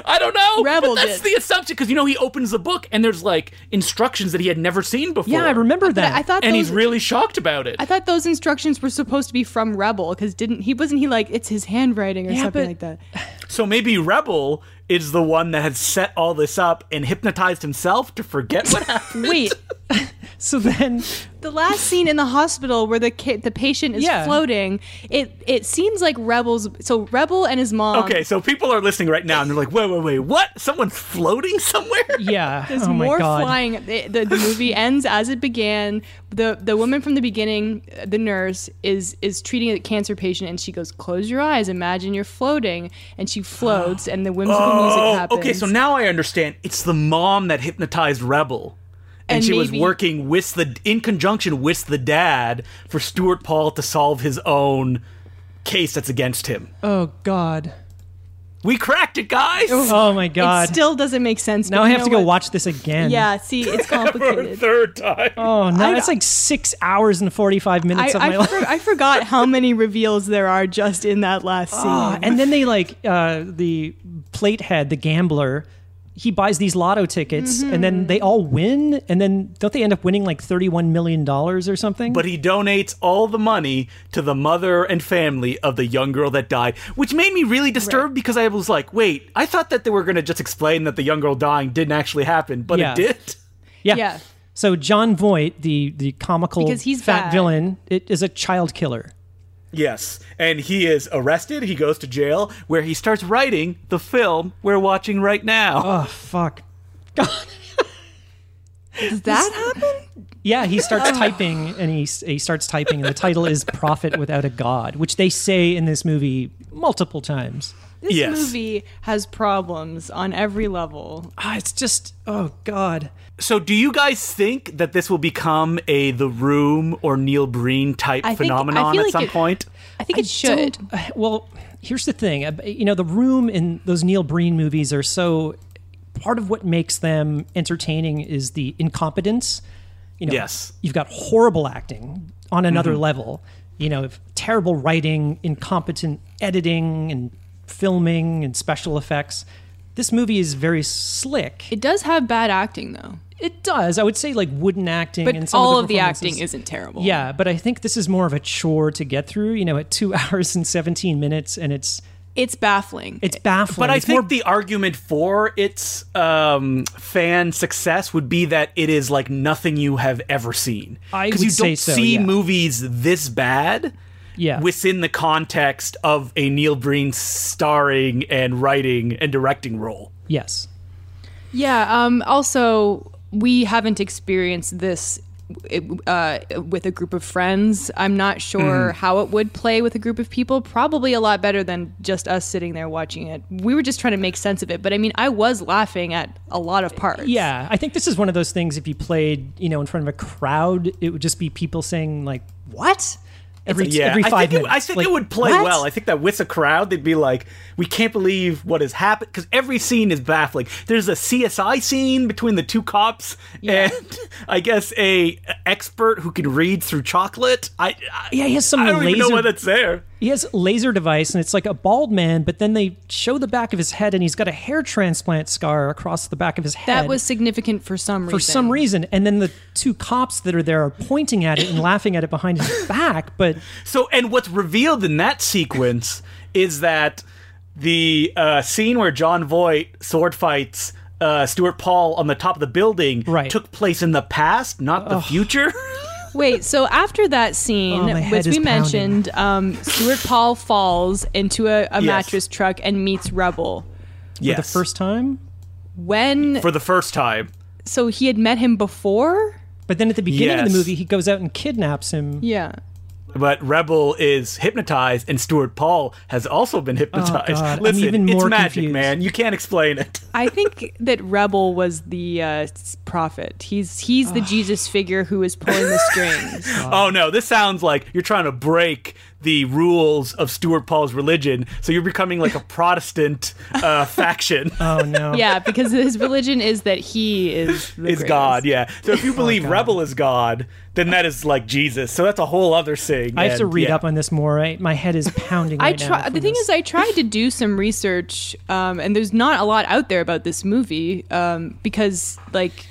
Speaker 2: I don't know.
Speaker 1: Rebel
Speaker 2: but that's
Speaker 1: did.
Speaker 2: the assumption because you know he opens the book and there's like instructions that he had never seen before.
Speaker 3: Yeah, I remember
Speaker 1: But
Speaker 3: that.
Speaker 1: I thought
Speaker 2: And
Speaker 1: those,
Speaker 2: he's really shocked about it.
Speaker 1: I thought those instructions were supposed to be from Rebel because didn't he wasn't he like it's his handwriting or
Speaker 3: Yeah,
Speaker 1: something
Speaker 3: but-
Speaker 1: like that?
Speaker 2: So maybe Rebel is the one that had set all this up and hypnotized himself to forget what happened.
Speaker 1: Wait,
Speaker 3: so then
Speaker 1: the last scene in the hospital where the ki- the patient is
Speaker 3: Yeah.
Speaker 1: floating, it it seems like Rebel's so Rebel and his mom.
Speaker 2: Okay, so people are listening right now and they're like, wait, wait, wait, what? Someone's floating [laughs] somewhere?
Speaker 3: yeah.
Speaker 1: There's
Speaker 3: oh my
Speaker 1: more
Speaker 3: god.
Speaker 1: flying. The, the, the
Speaker 2: [laughs]
Speaker 1: movie ends as it began. the The woman from the beginning, uh, the nurse, is is treating a cancer patient, and she goes, "Close your eyes. Imagine you're floating." And she floats, and the whimsical music
Speaker 2: Oh,
Speaker 1: happens.
Speaker 2: okay, so now I understand. It's the mom that hypnotized Rebel. And,
Speaker 1: And
Speaker 2: she was
Speaker 1: maybe-
Speaker 2: working with the in conjunction with the dad for Stuart Paul to solve his own case that's against him.
Speaker 3: Oh god.
Speaker 2: We cracked it, guys.
Speaker 3: Oh my
Speaker 1: it
Speaker 3: god.
Speaker 1: still doesn't make sense.
Speaker 3: now
Speaker 1: but
Speaker 3: I
Speaker 1: you
Speaker 3: have to
Speaker 1: know
Speaker 3: go
Speaker 1: what?
Speaker 3: watch this again.
Speaker 1: Yeah, see,
Speaker 3: [laughs]
Speaker 1: it's complicated.
Speaker 2: [laughs] Third time.
Speaker 3: Oh no,
Speaker 1: I-
Speaker 3: it's like six hours and forty-five
Speaker 1: I,
Speaker 3: minutes of my
Speaker 1: I,
Speaker 3: life.
Speaker 1: for, I forgot how many reveals there are just in that last scene.
Speaker 3: Ah, and then they like uh, the platehead, the gambler. He buys these lotto tickets, and
Speaker 1: Mm-hmm.
Speaker 3: then they all win, and then don't they end up winning like thirty-one million dollars or something?
Speaker 2: But he donates all the money to the mother and family of the young girl that died, which made me really disturbed because I was like, wait, I thought that they were going to just explain that the young girl dying didn't actually happen, but
Speaker 3: Yeah.
Speaker 2: it did.
Speaker 3: yeah,
Speaker 1: yeah.
Speaker 3: So John Voight, the the comical
Speaker 1: Because he's
Speaker 3: fat
Speaker 1: bad.
Speaker 3: villain, it is a child killer.
Speaker 2: Yes, and he is arrested. He goes to jail, where he starts writing the film we're watching right now.
Speaker 3: Oh fuck. God.
Speaker 1: Does that happen?
Speaker 3: Yeah, he
Speaker 1: [laughs] Oh.
Speaker 3: starts typing, and he s- he starts typing, and the title is "Prophet Without a God," which they say in this movie multiple times.
Speaker 1: This
Speaker 2: Yes.
Speaker 1: movie has problems on every level.
Speaker 3: Ah, it's just oh god.
Speaker 2: So, do you guys think that this will become a The Room or Neil Breen type
Speaker 1: I think- I
Speaker 2: phenomenon
Speaker 1: feel
Speaker 2: at
Speaker 1: like
Speaker 2: some
Speaker 1: it-
Speaker 2: point?
Speaker 1: I think it should.
Speaker 3: don't- uh, Well, here's the thing. Uh, You know, the room in those Neil Breen movies are so part of what makes them entertaining is the incompetence. You know,
Speaker 2: Yes.
Speaker 3: you've got horrible acting on another level. You know, if- terrible writing, incompetent editing and filming and special effects. This movie is very slick. It,
Speaker 1: It does have bad acting though,
Speaker 3: does. I would say like wooden acting and
Speaker 1: but
Speaker 3: some
Speaker 1: all
Speaker 3: of
Speaker 1: of the
Speaker 3: performances-
Speaker 1: acting isn't terrible.
Speaker 3: yeah, but I think this is more of a chore to get through. You know, at two [laughs] hours and seventeen minutes, and it's
Speaker 1: it's baffling.
Speaker 3: it's baffling.
Speaker 2: Eh, But I
Speaker 3: It's
Speaker 2: think
Speaker 3: more-
Speaker 2: the argument for its um, fan success would be that it is like nothing you have ever seen.
Speaker 3: I
Speaker 2: you
Speaker 3: would say
Speaker 2: don't
Speaker 3: so,
Speaker 2: see
Speaker 3: yeah.
Speaker 2: movies this bad
Speaker 3: yeah.
Speaker 2: within the context of a Neil Breen starring and writing and directing role.
Speaker 3: yes.
Speaker 1: Yeah. Um, also, we haven't experienced this uh, with a group of friends. I'm not sure
Speaker 3: Mm-hmm.
Speaker 1: how it would play with a group of people. Probably a lot better than just us sitting there watching it. We were just trying to make sense of it. But I mean, I was laughing at a lot of parts.
Speaker 3: Yeah, I think this is one of those things. If you played, you know, in front of a crowd, it would just be people saying like, "What?" Every
Speaker 2: Yeah,
Speaker 3: every five
Speaker 2: I think,
Speaker 3: minutes.
Speaker 2: It, I think
Speaker 3: Like,
Speaker 2: it would play
Speaker 3: "What?"
Speaker 2: well. I think that with a crowd, they'd be like, "We can't believe what has happened." Because every scene is baffling. There's a CSI scene between the two cops, and [laughs] I guess a expert who can read through chocolate. I, I
Speaker 3: Yeah, he has some
Speaker 2: I don't even know
Speaker 3: laser-
Speaker 2: why that's there.
Speaker 3: He has a laser device, and it's like a bald man, but then they show the back of his head, and he's got a hair transplant scar across the back of his head.
Speaker 1: That was significant for some
Speaker 3: for
Speaker 1: reason.
Speaker 3: some reason, and then the two cops that are there are pointing at it and laughing at it behind
Speaker 2: [laughs]
Speaker 3: his back, but.
Speaker 2: So, and what's revealed in that sequence is that the uh, scene where John Voight sword fights uh, Stuart Paul on the top of the building
Speaker 3: Right.
Speaker 2: took place in the past, not the future.
Speaker 1: Wait, so after that scene,
Speaker 3: Oh, my head
Speaker 1: which
Speaker 3: is
Speaker 1: we
Speaker 3: pounding.
Speaker 1: mentioned, um, Stuart Paul falls into a, a
Speaker 2: Yes.
Speaker 1: mattress truck and meets Rebel.
Speaker 2: [laughs] yes,
Speaker 3: the first time.
Speaker 1: When
Speaker 2: for the first time.
Speaker 1: so he had met him before?
Speaker 3: But then at the beginning of
Speaker 2: Yes.
Speaker 3: the movie, he goes out and kidnaps him.
Speaker 1: Yeah.
Speaker 2: But Rebel is hypnotized, and Stuart Paul has also been hypnotized.
Speaker 3: Oh, God, I'm
Speaker 2: Listen,
Speaker 3: even
Speaker 2: it's
Speaker 3: more
Speaker 2: magic,
Speaker 3: confused.
Speaker 2: man. You can't explain it.
Speaker 1: I think that Rebel was the uh, s- prophet. He's he's the Jesus figure who is pulling the
Speaker 3: [laughs]
Speaker 1: strings.
Speaker 2: oh no, this sounds like you're trying to break the rules of Stuart Paul's religion, so you're becoming
Speaker 3: [laughs]
Speaker 2: like a Protestant uh, faction.
Speaker 3: Oh
Speaker 1: [laughs]
Speaker 3: no!
Speaker 1: yeah, because his religion is that he is the
Speaker 2: Is God,
Speaker 1: greatest.
Speaker 2: yeah. So if
Speaker 3: Oh,
Speaker 2: you believe Rebel is God, then that is like Jesus. So that's a whole other thing.
Speaker 3: I have to
Speaker 2: and,
Speaker 3: read
Speaker 2: yeah.
Speaker 3: up on this more. I, my head is
Speaker 1: [laughs]
Speaker 3: pounding.
Speaker 1: I
Speaker 3: Right now
Speaker 1: try.
Speaker 3: from
Speaker 1: The thing
Speaker 3: this.
Speaker 1: is, I tried to do some research, um, and there's not a lot out there about this movie um, because, like,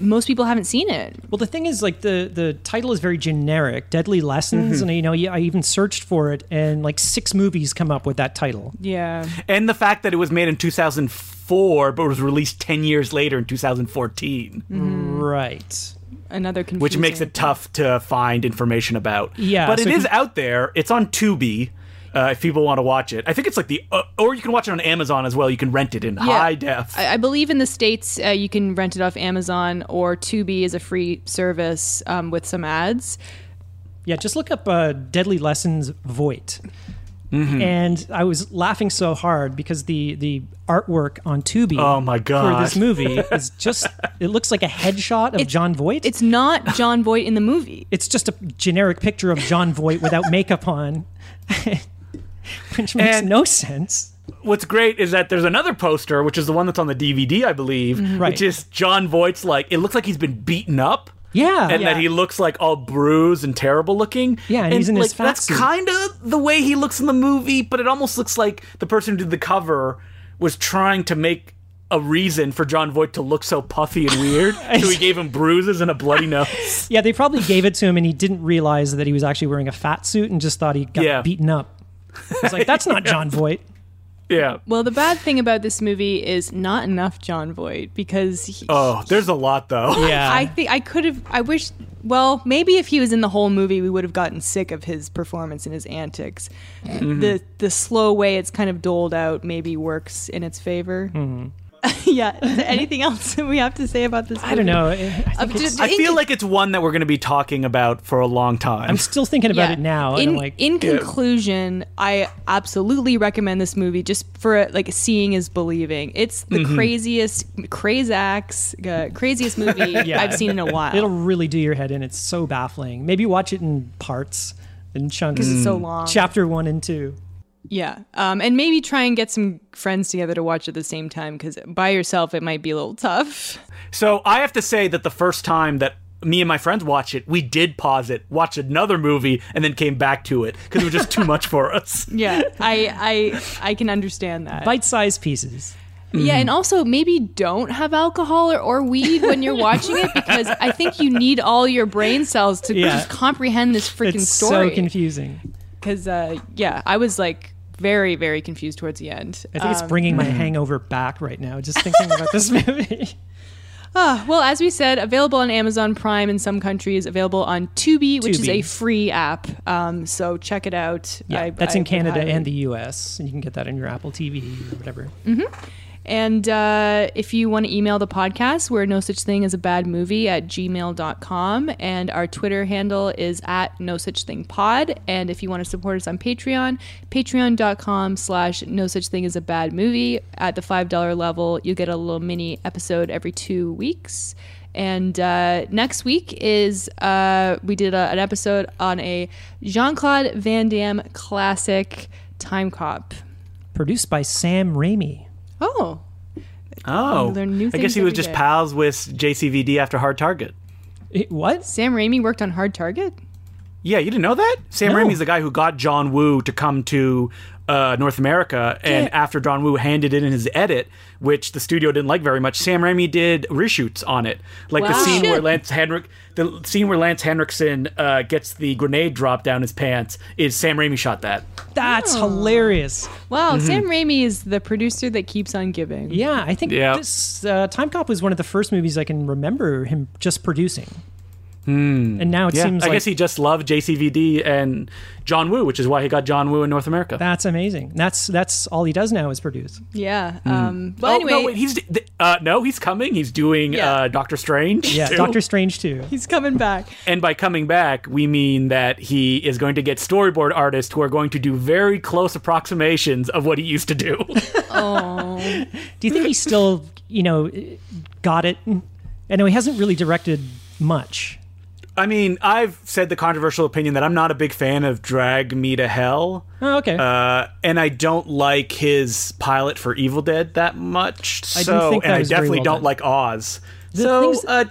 Speaker 1: most people haven't seen it.
Speaker 3: well, the thing is, like the the title is very generic, "Deadly
Speaker 2: Mm-hmm.
Speaker 3: Lessons," and you know, yeah, I even searched for it, and like six movies come up with that title.
Speaker 1: Yeah,
Speaker 2: and the fact that it was made in 2004, but was released 10 years later in 2014. Mm-hmm.
Speaker 3: Right.
Speaker 1: another confusing.
Speaker 2: which makes it tough to find information about.
Speaker 3: Yeah,
Speaker 2: but
Speaker 3: so
Speaker 2: it
Speaker 3: if
Speaker 2: is
Speaker 3: you-
Speaker 2: out there. It's on Tubi. Uh, if people want to watch it, I think it's like the, uh, or you can watch it on Amazon as well. You can rent it in high def.
Speaker 1: I, I believe in the states uh, you can rent it off Amazon or Tubi is a free service um, with some ads.
Speaker 3: Yeah, just look up uh, "Deadly Lessons" Voight.
Speaker 2: Mm-hmm.
Speaker 3: And I was laughing so hard because the the artwork on Tubi
Speaker 2: Oh, my
Speaker 3: for this
Speaker 2: God. [laughs]
Speaker 3: movie is just it looks like a headshot of John Voight.
Speaker 1: It's not John Voight in the movie.
Speaker 3: it's just a generic picture of John Voight without makeup on, [laughs] which makes
Speaker 2: And-
Speaker 3: no sense.
Speaker 2: What's great is that there's another poster, which is the one that's on the DVD, I believe,
Speaker 3: Mm-hmm. Right.
Speaker 2: which is John Voight's. Like it looks like he's been beaten up.
Speaker 3: Yeah.
Speaker 2: and
Speaker 1: Yeah.
Speaker 2: that he looks like all bruised and terrible looking.
Speaker 3: Yeah, and he's in
Speaker 2: like,
Speaker 3: his fat
Speaker 2: That's
Speaker 3: suit.
Speaker 2: kind of the way he looks in the movie, but it almost looks like the person who did the cover was trying to make a reason for John Voight to look so puffy and
Speaker 3: [laughs]
Speaker 2: weird. so he gave him bruises and a bloody nose.
Speaker 3: Yeah, they probably gave it to him and he didn't realize that he was actually wearing a fat suit and just thought he got
Speaker 2: Yeah. [laughs]
Speaker 3: beaten up. He's like, that's not John Voight.
Speaker 2: Yeah.
Speaker 1: Well, the bad thing about this movie is not enough John Voight because he,
Speaker 2: Oh, there's a lot though.
Speaker 3: Yeah.
Speaker 1: I think I could have. I wish. Well, maybe if he was in the whole movie, we would have gotten sick of his performance and his antics.
Speaker 3: Mm-hmm.
Speaker 1: The the slow way it's kind of doled out maybe works in its favor.
Speaker 3: Mm-hmm.
Speaker 1: [laughs] yeah. Is there anything else that we have to say about this?
Speaker 3: I don't
Speaker 1: movie?
Speaker 3: know. I think
Speaker 1: Of
Speaker 3: it's-
Speaker 1: just-
Speaker 2: [laughs] I feel like it's one that we're going to be talking about for a long time.
Speaker 3: I'm still thinking about it now.
Speaker 1: In,
Speaker 3: and I'm like,
Speaker 1: in conclusion, I absolutely recommend this movie just for like seeing is believing. It's the
Speaker 3: Mm-hmm.
Speaker 1: craziest, crazax, uh, craziest movie
Speaker 3: [laughs] Yeah.
Speaker 1: I've seen in a while.
Speaker 3: it'll really do your head in. It's so baffling. Maybe watch it in parts, in chunks.
Speaker 1: it's so long.
Speaker 3: Chapter one and two.
Speaker 1: Yeah. Um, and maybe try and get some friends together to watch at the same time because by yourself it might be a little tough.
Speaker 2: So I have to say that the first time that me and my friends watched it, we did pause it, watch another movie, and then came back to it because it was just too much for us.
Speaker 1: [laughs] Yeah. [laughs] I I I can understand that. Mm-hmm.
Speaker 3: Bite-sized pieces.
Speaker 1: Yeah, and also maybe don't have alcohol or, or weed when you're watching it because I think you need all your brain cells to
Speaker 3: Yeah.
Speaker 1: just comprehend this freaking
Speaker 3: it's
Speaker 1: story.
Speaker 3: so confusing.
Speaker 1: Because uh, yeah, I was like very very confused towards the end.
Speaker 3: I think it's bringing
Speaker 1: mm.
Speaker 3: my hangover back right now. Just thinking about
Speaker 1: [laughs]
Speaker 3: this movie.
Speaker 1: Ah, well, as we said, available on Amazon Prime in some countries, available on Tubi, which is
Speaker 3: Tubi.
Speaker 1: a free app. Um, so check it out.
Speaker 3: Yeah,
Speaker 1: I-
Speaker 3: that's
Speaker 1: I
Speaker 3: in
Speaker 1: would
Speaker 3: Canada
Speaker 1: highly-
Speaker 3: and the U.S. and you can get that on your Apple TV or whatever.
Speaker 1: And uh, if you want to email the podcast, we're no such thing as a bad movie at gmail.com. And our Twitter handle is at no such thing pod. And if you want to support us on Patreon, patreon.com slash no such thing as a bad movie. At the $5 level, you get a little mini episode every two weeks. And uh, next week is uh, we did a, an episode on a Jean Claude Van Damme classic, Time Cop.
Speaker 3: Produced by Sam Raimi.
Speaker 1: Oh,
Speaker 2: Oh,
Speaker 1: learn new
Speaker 2: I
Speaker 1: things
Speaker 2: guess he was
Speaker 1: every
Speaker 2: just
Speaker 1: day.
Speaker 2: pals with JCVD after Hard Target.
Speaker 3: It- what?
Speaker 1: Sam Raimi worked on Hard Target?
Speaker 2: Yeah, you didn't know that? Sam
Speaker 3: No.
Speaker 2: Raimi's the guy who got John Woo to come to uh, North America, and after John Woo handed in his edit, which the studio didn't like very much, Sam Raimi did reshoots on it, like the
Speaker 1: Wow.
Speaker 2: scene
Speaker 1: Shit.
Speaker 2: where Lance Henrik, the scene where Lance Henriksen uh, gets the grenade dropped down his pants. Is Sam Raimi shot that?
Speaker 1: Oh.
Speaker 3: That's hilarious.
Speaker 1: Wow, Sam Raimi is the producer that keeps on giving.
Speaker 3: Yeah, I think
Speaker 2: Yeah.
Speaker 3: this uh, Time Cop was one of the first movies I can remember him just producing. And now it
Speaker 2: Hmm. Yeah,
Speaker 3: seems
Speaker 2: I
Speaker 3: like
Speaker 2: guess he just loved JCVD and John Woo, which is why he got John Woo in North America.
Speaker 3: that's amazing. That's that's all he does now is produce.
Speaker 1: Yeah. Um, but
Speaker 2: oh
Speaker 1: anyway,
Speaker 2: no, wait, he's th- uh, no, he's coming. He's doing
Speaker 1: Yeah.
Speaker 2: uh, Doctor Strange.
Speaker 3: Yeah,
Speaker 2: too.
Speaker 3: Doctor Strange too.
Speaker 1: he's coming [laughs] back.
Speaker 2: And by coming back, we mean that he is going to get storyboard artists who are going to do very close approximations of what he used to do.
Speaker 3: Do you think he [laughs] still, you know, got it? I know he hasn't really directed much.
Speaker 2: [laughs] I mean, I've said the controversial opinion that I'm not a big fan of Drag Me to Hell.
Speaker 3: Oh, okay.
Speaker 2: Uh, and I don't like his pilot for Evil Dead that much.
Speaker 3: I didn't
Speaker 2: so,
Speaker 3: think that
Speaker 2: and I
Speaker 3: was very
Speaker 2: definitely
Speaker 3: well
Speaker 2: don't
Speaker 3: done.
Speaker 2: like Oz. so,
Speaker 3: things-
Speaker 2: uh,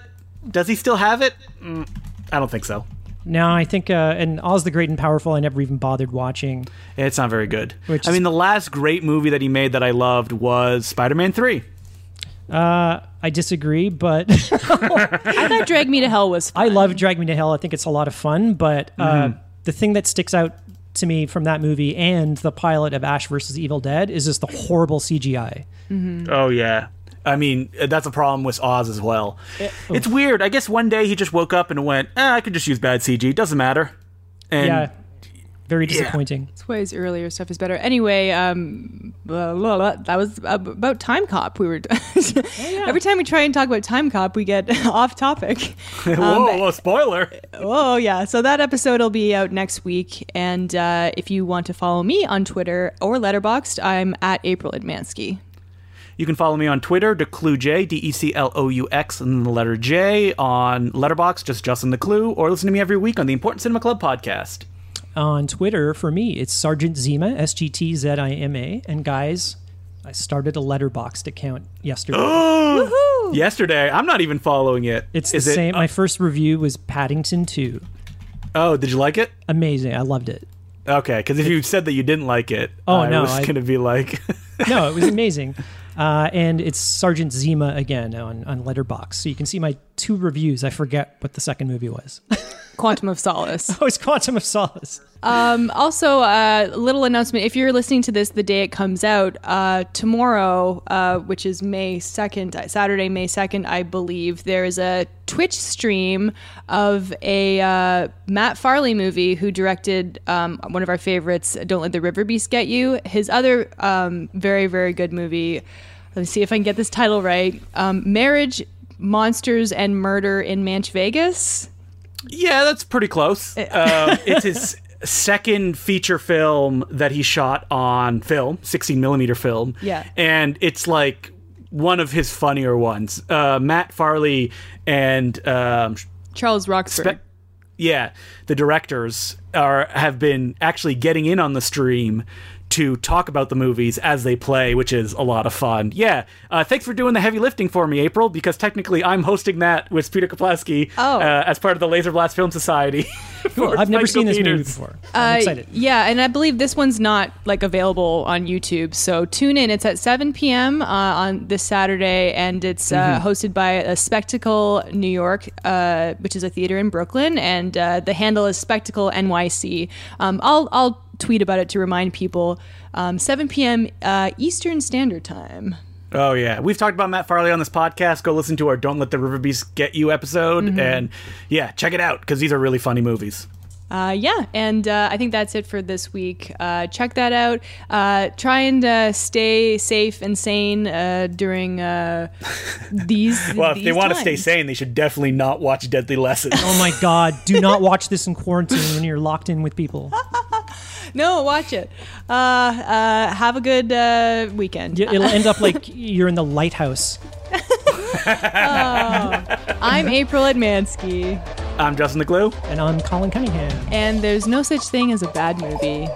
Speaker 2: does he still have it? Mm, I don't think so.
Speaker 3: No, I think uh, and Oz the Great and Powerful. I never even bothered watching.
Speaker 2: It's not very good.
Speaker 3: Which
Speaker 2: I
Speaker 3: is-
Speaker 2: mean, the last great movie that he made that I loved was Spider-Man Three.
Speaker 3: Uh, I disagree, but [laughs]
Speaker 1: I thought Drag Me to Hell was
Speaker 3: I love Drag Me to Hell. I think it's a lot of fun. But uh, the thing that sticks out to me from that movie and the pilot of Ash versus Evil Dead is just the horrible CGI.
Speaker 2: Oh yeah. I mean, uh, that's a problem with Oz as well. it's weird. I guess one day he just woke up and went, eh, "I could just use bad CG. Doesn't matter." And
Speaker 3: yeah, very disappointing.
Speaker 1: That's why his earlier stuff is better. Anyway, um, blah, blah, blah. that was ab- about Time Cop. We were [laughs] every time we try and talk about Time Cop, we get [laughs] off [laughs] topic.
Speaker 2: [laughs] whoa,
Speaker 3: Um,
Speaker 2: whoa, spoiler!
Speaker 1: Oh yeah, so that episode will be out next week. And uh, if you want to follow me on Twitter or Letterboxd, I'm at April Admansky.
Speaker 2: You can follow me on Twitter, DeClueJ, D E C L O U X, and then the letter J on Letterbox, just Justin the Clue, or listen to me every week on the Important Cinema Club podcast.
Speaker 3: On Twitter, for me, it's Sergeant Zima, S G T Z I M A. And guys, I started a Letterboxd account
Speaker 2: [gasps]
Speaker 3: yesterday.
Speaker 2: Yesterday, I'm not even following it.
Speaker 3: it's the
Speaker 2: Is it-
Speaker 3: same. my first review was Paddington Two.
Speaker 2: Oh, did you like it?
Speaker 3: Amazing. I loved it.
Speaker 2: Okay, because if you said that you didn't like it,
Speaker 3: Oh,
Speaker 2: I
Speaker 3: no,
Speaker 2: was
Speaker 3: I-
Speaker 2: gonna be like, [laughs]
Speaker 3: no, it was amazing. Uh, and it's Sergeant Zima again on, on Letterbox, so you can see my two reviews. I forget what the second movie was. [laughs]
Speaker 1: Quantum of Solace.
Speaker 3: oh, it's Quantum of Solace.
Speaker 1: Um, also, a uh, little announcement: if you're listening to this the day it comes out, uh, tomorrow, uh, which is May second, uh, Saturday, May second, I believe, there is a Twitch stream of a uh, Matt Farley movie who directed um, one of our favorites, "Don't Let the River Beast Get You." His other um, very, very good movie. Let me see if I can get this title right: um, "Marriage, Monsters, and Murder in Manch Vegas."
Speaker 2: Yeah, that's pretty close.
Speaker 3: Eh. [laughs]
Speaker 2: Um, it's his second feature film that he shot on film, 16 millimeter film.
Speaker 1: Yeah.
Speaker 2: And it's like one of his funnier ones. Uh, Matt Farley and um,
Speaker 1: Charles Roxburgh.
Speaker 2: Spe- yeah, the directors are have been actually getting in on the stream to talk about the movies as they play, which is a lot of fun. Yeah, uh, thanks for doing the heavy lifting for me, April, because technically I'm hosting that with Peter Kaplowski
Speaker 1: Oh.
Speaker 2: uh, as part of the Laser Blast Film Society.
Speaker 3: Cool.
Speaker 2: for
Speaker 3: I've never
Speaker 2: Spike
Speaker 3: seen this movie
Speaker 2: Theaters.
Speaker 3: before. I'm
Speaker 1: Uh,
Speaker 3: excited.
Speaker 1: Yeah, and I believe this one's not like available on YouTube. So tune in. It's at 7 p.m. Uh, on this Saturday, and it's
Speaker 3: Mm-hmm.
Speaker 1: uh, hosted by a Spectacle New York, uh, which is a theater in Brooklyn, and uh, the handle is Spectacle NYC. Um, I'll I'll tweet about it to remind people. Um, 7 p.m. Uh, Eastern Standard Time.
Speaker 2: Oh yeah, we've talked about Matt Farley on this podcast. Go listen to our "Don't Let the River Beast Get You" episode,
Speaker 3: Mm-hmm.
Speaker 2: and yeah, check it out because these are really funny movies.
Speaker 1: Uh, yeah, and uh, I think that's it for this week. Uh, check that out. Uh, try and uh, stay safe and sane uh, during
Speaker 2: [laughs]
Speaker 1: uh, these.
Speaker 2: Well, if they
Speaker 1: these
Speaker 2: want to stay
Speaker 1: times.
Speaker 2: sane, they should definitely not watch Deadly
Speaker 3: [laughs]
Speaker 2: Lessons.
Speaker 3: Oh my God! Do not watch this in quarantine when you're locked in with people.
Speaker 1: no, watch it. Uh, uh, have a good uh, weekend.
Speaker 3: Yeah, It'll end up like you're in the lighthouse.
Speaker 1: I'm April Edmansky,
Speaker 2: I'm Justin the Glue.
Speaker 3: And I'm Colin Cunningham.
Speaker 1: and there's no such thing as a bad movie.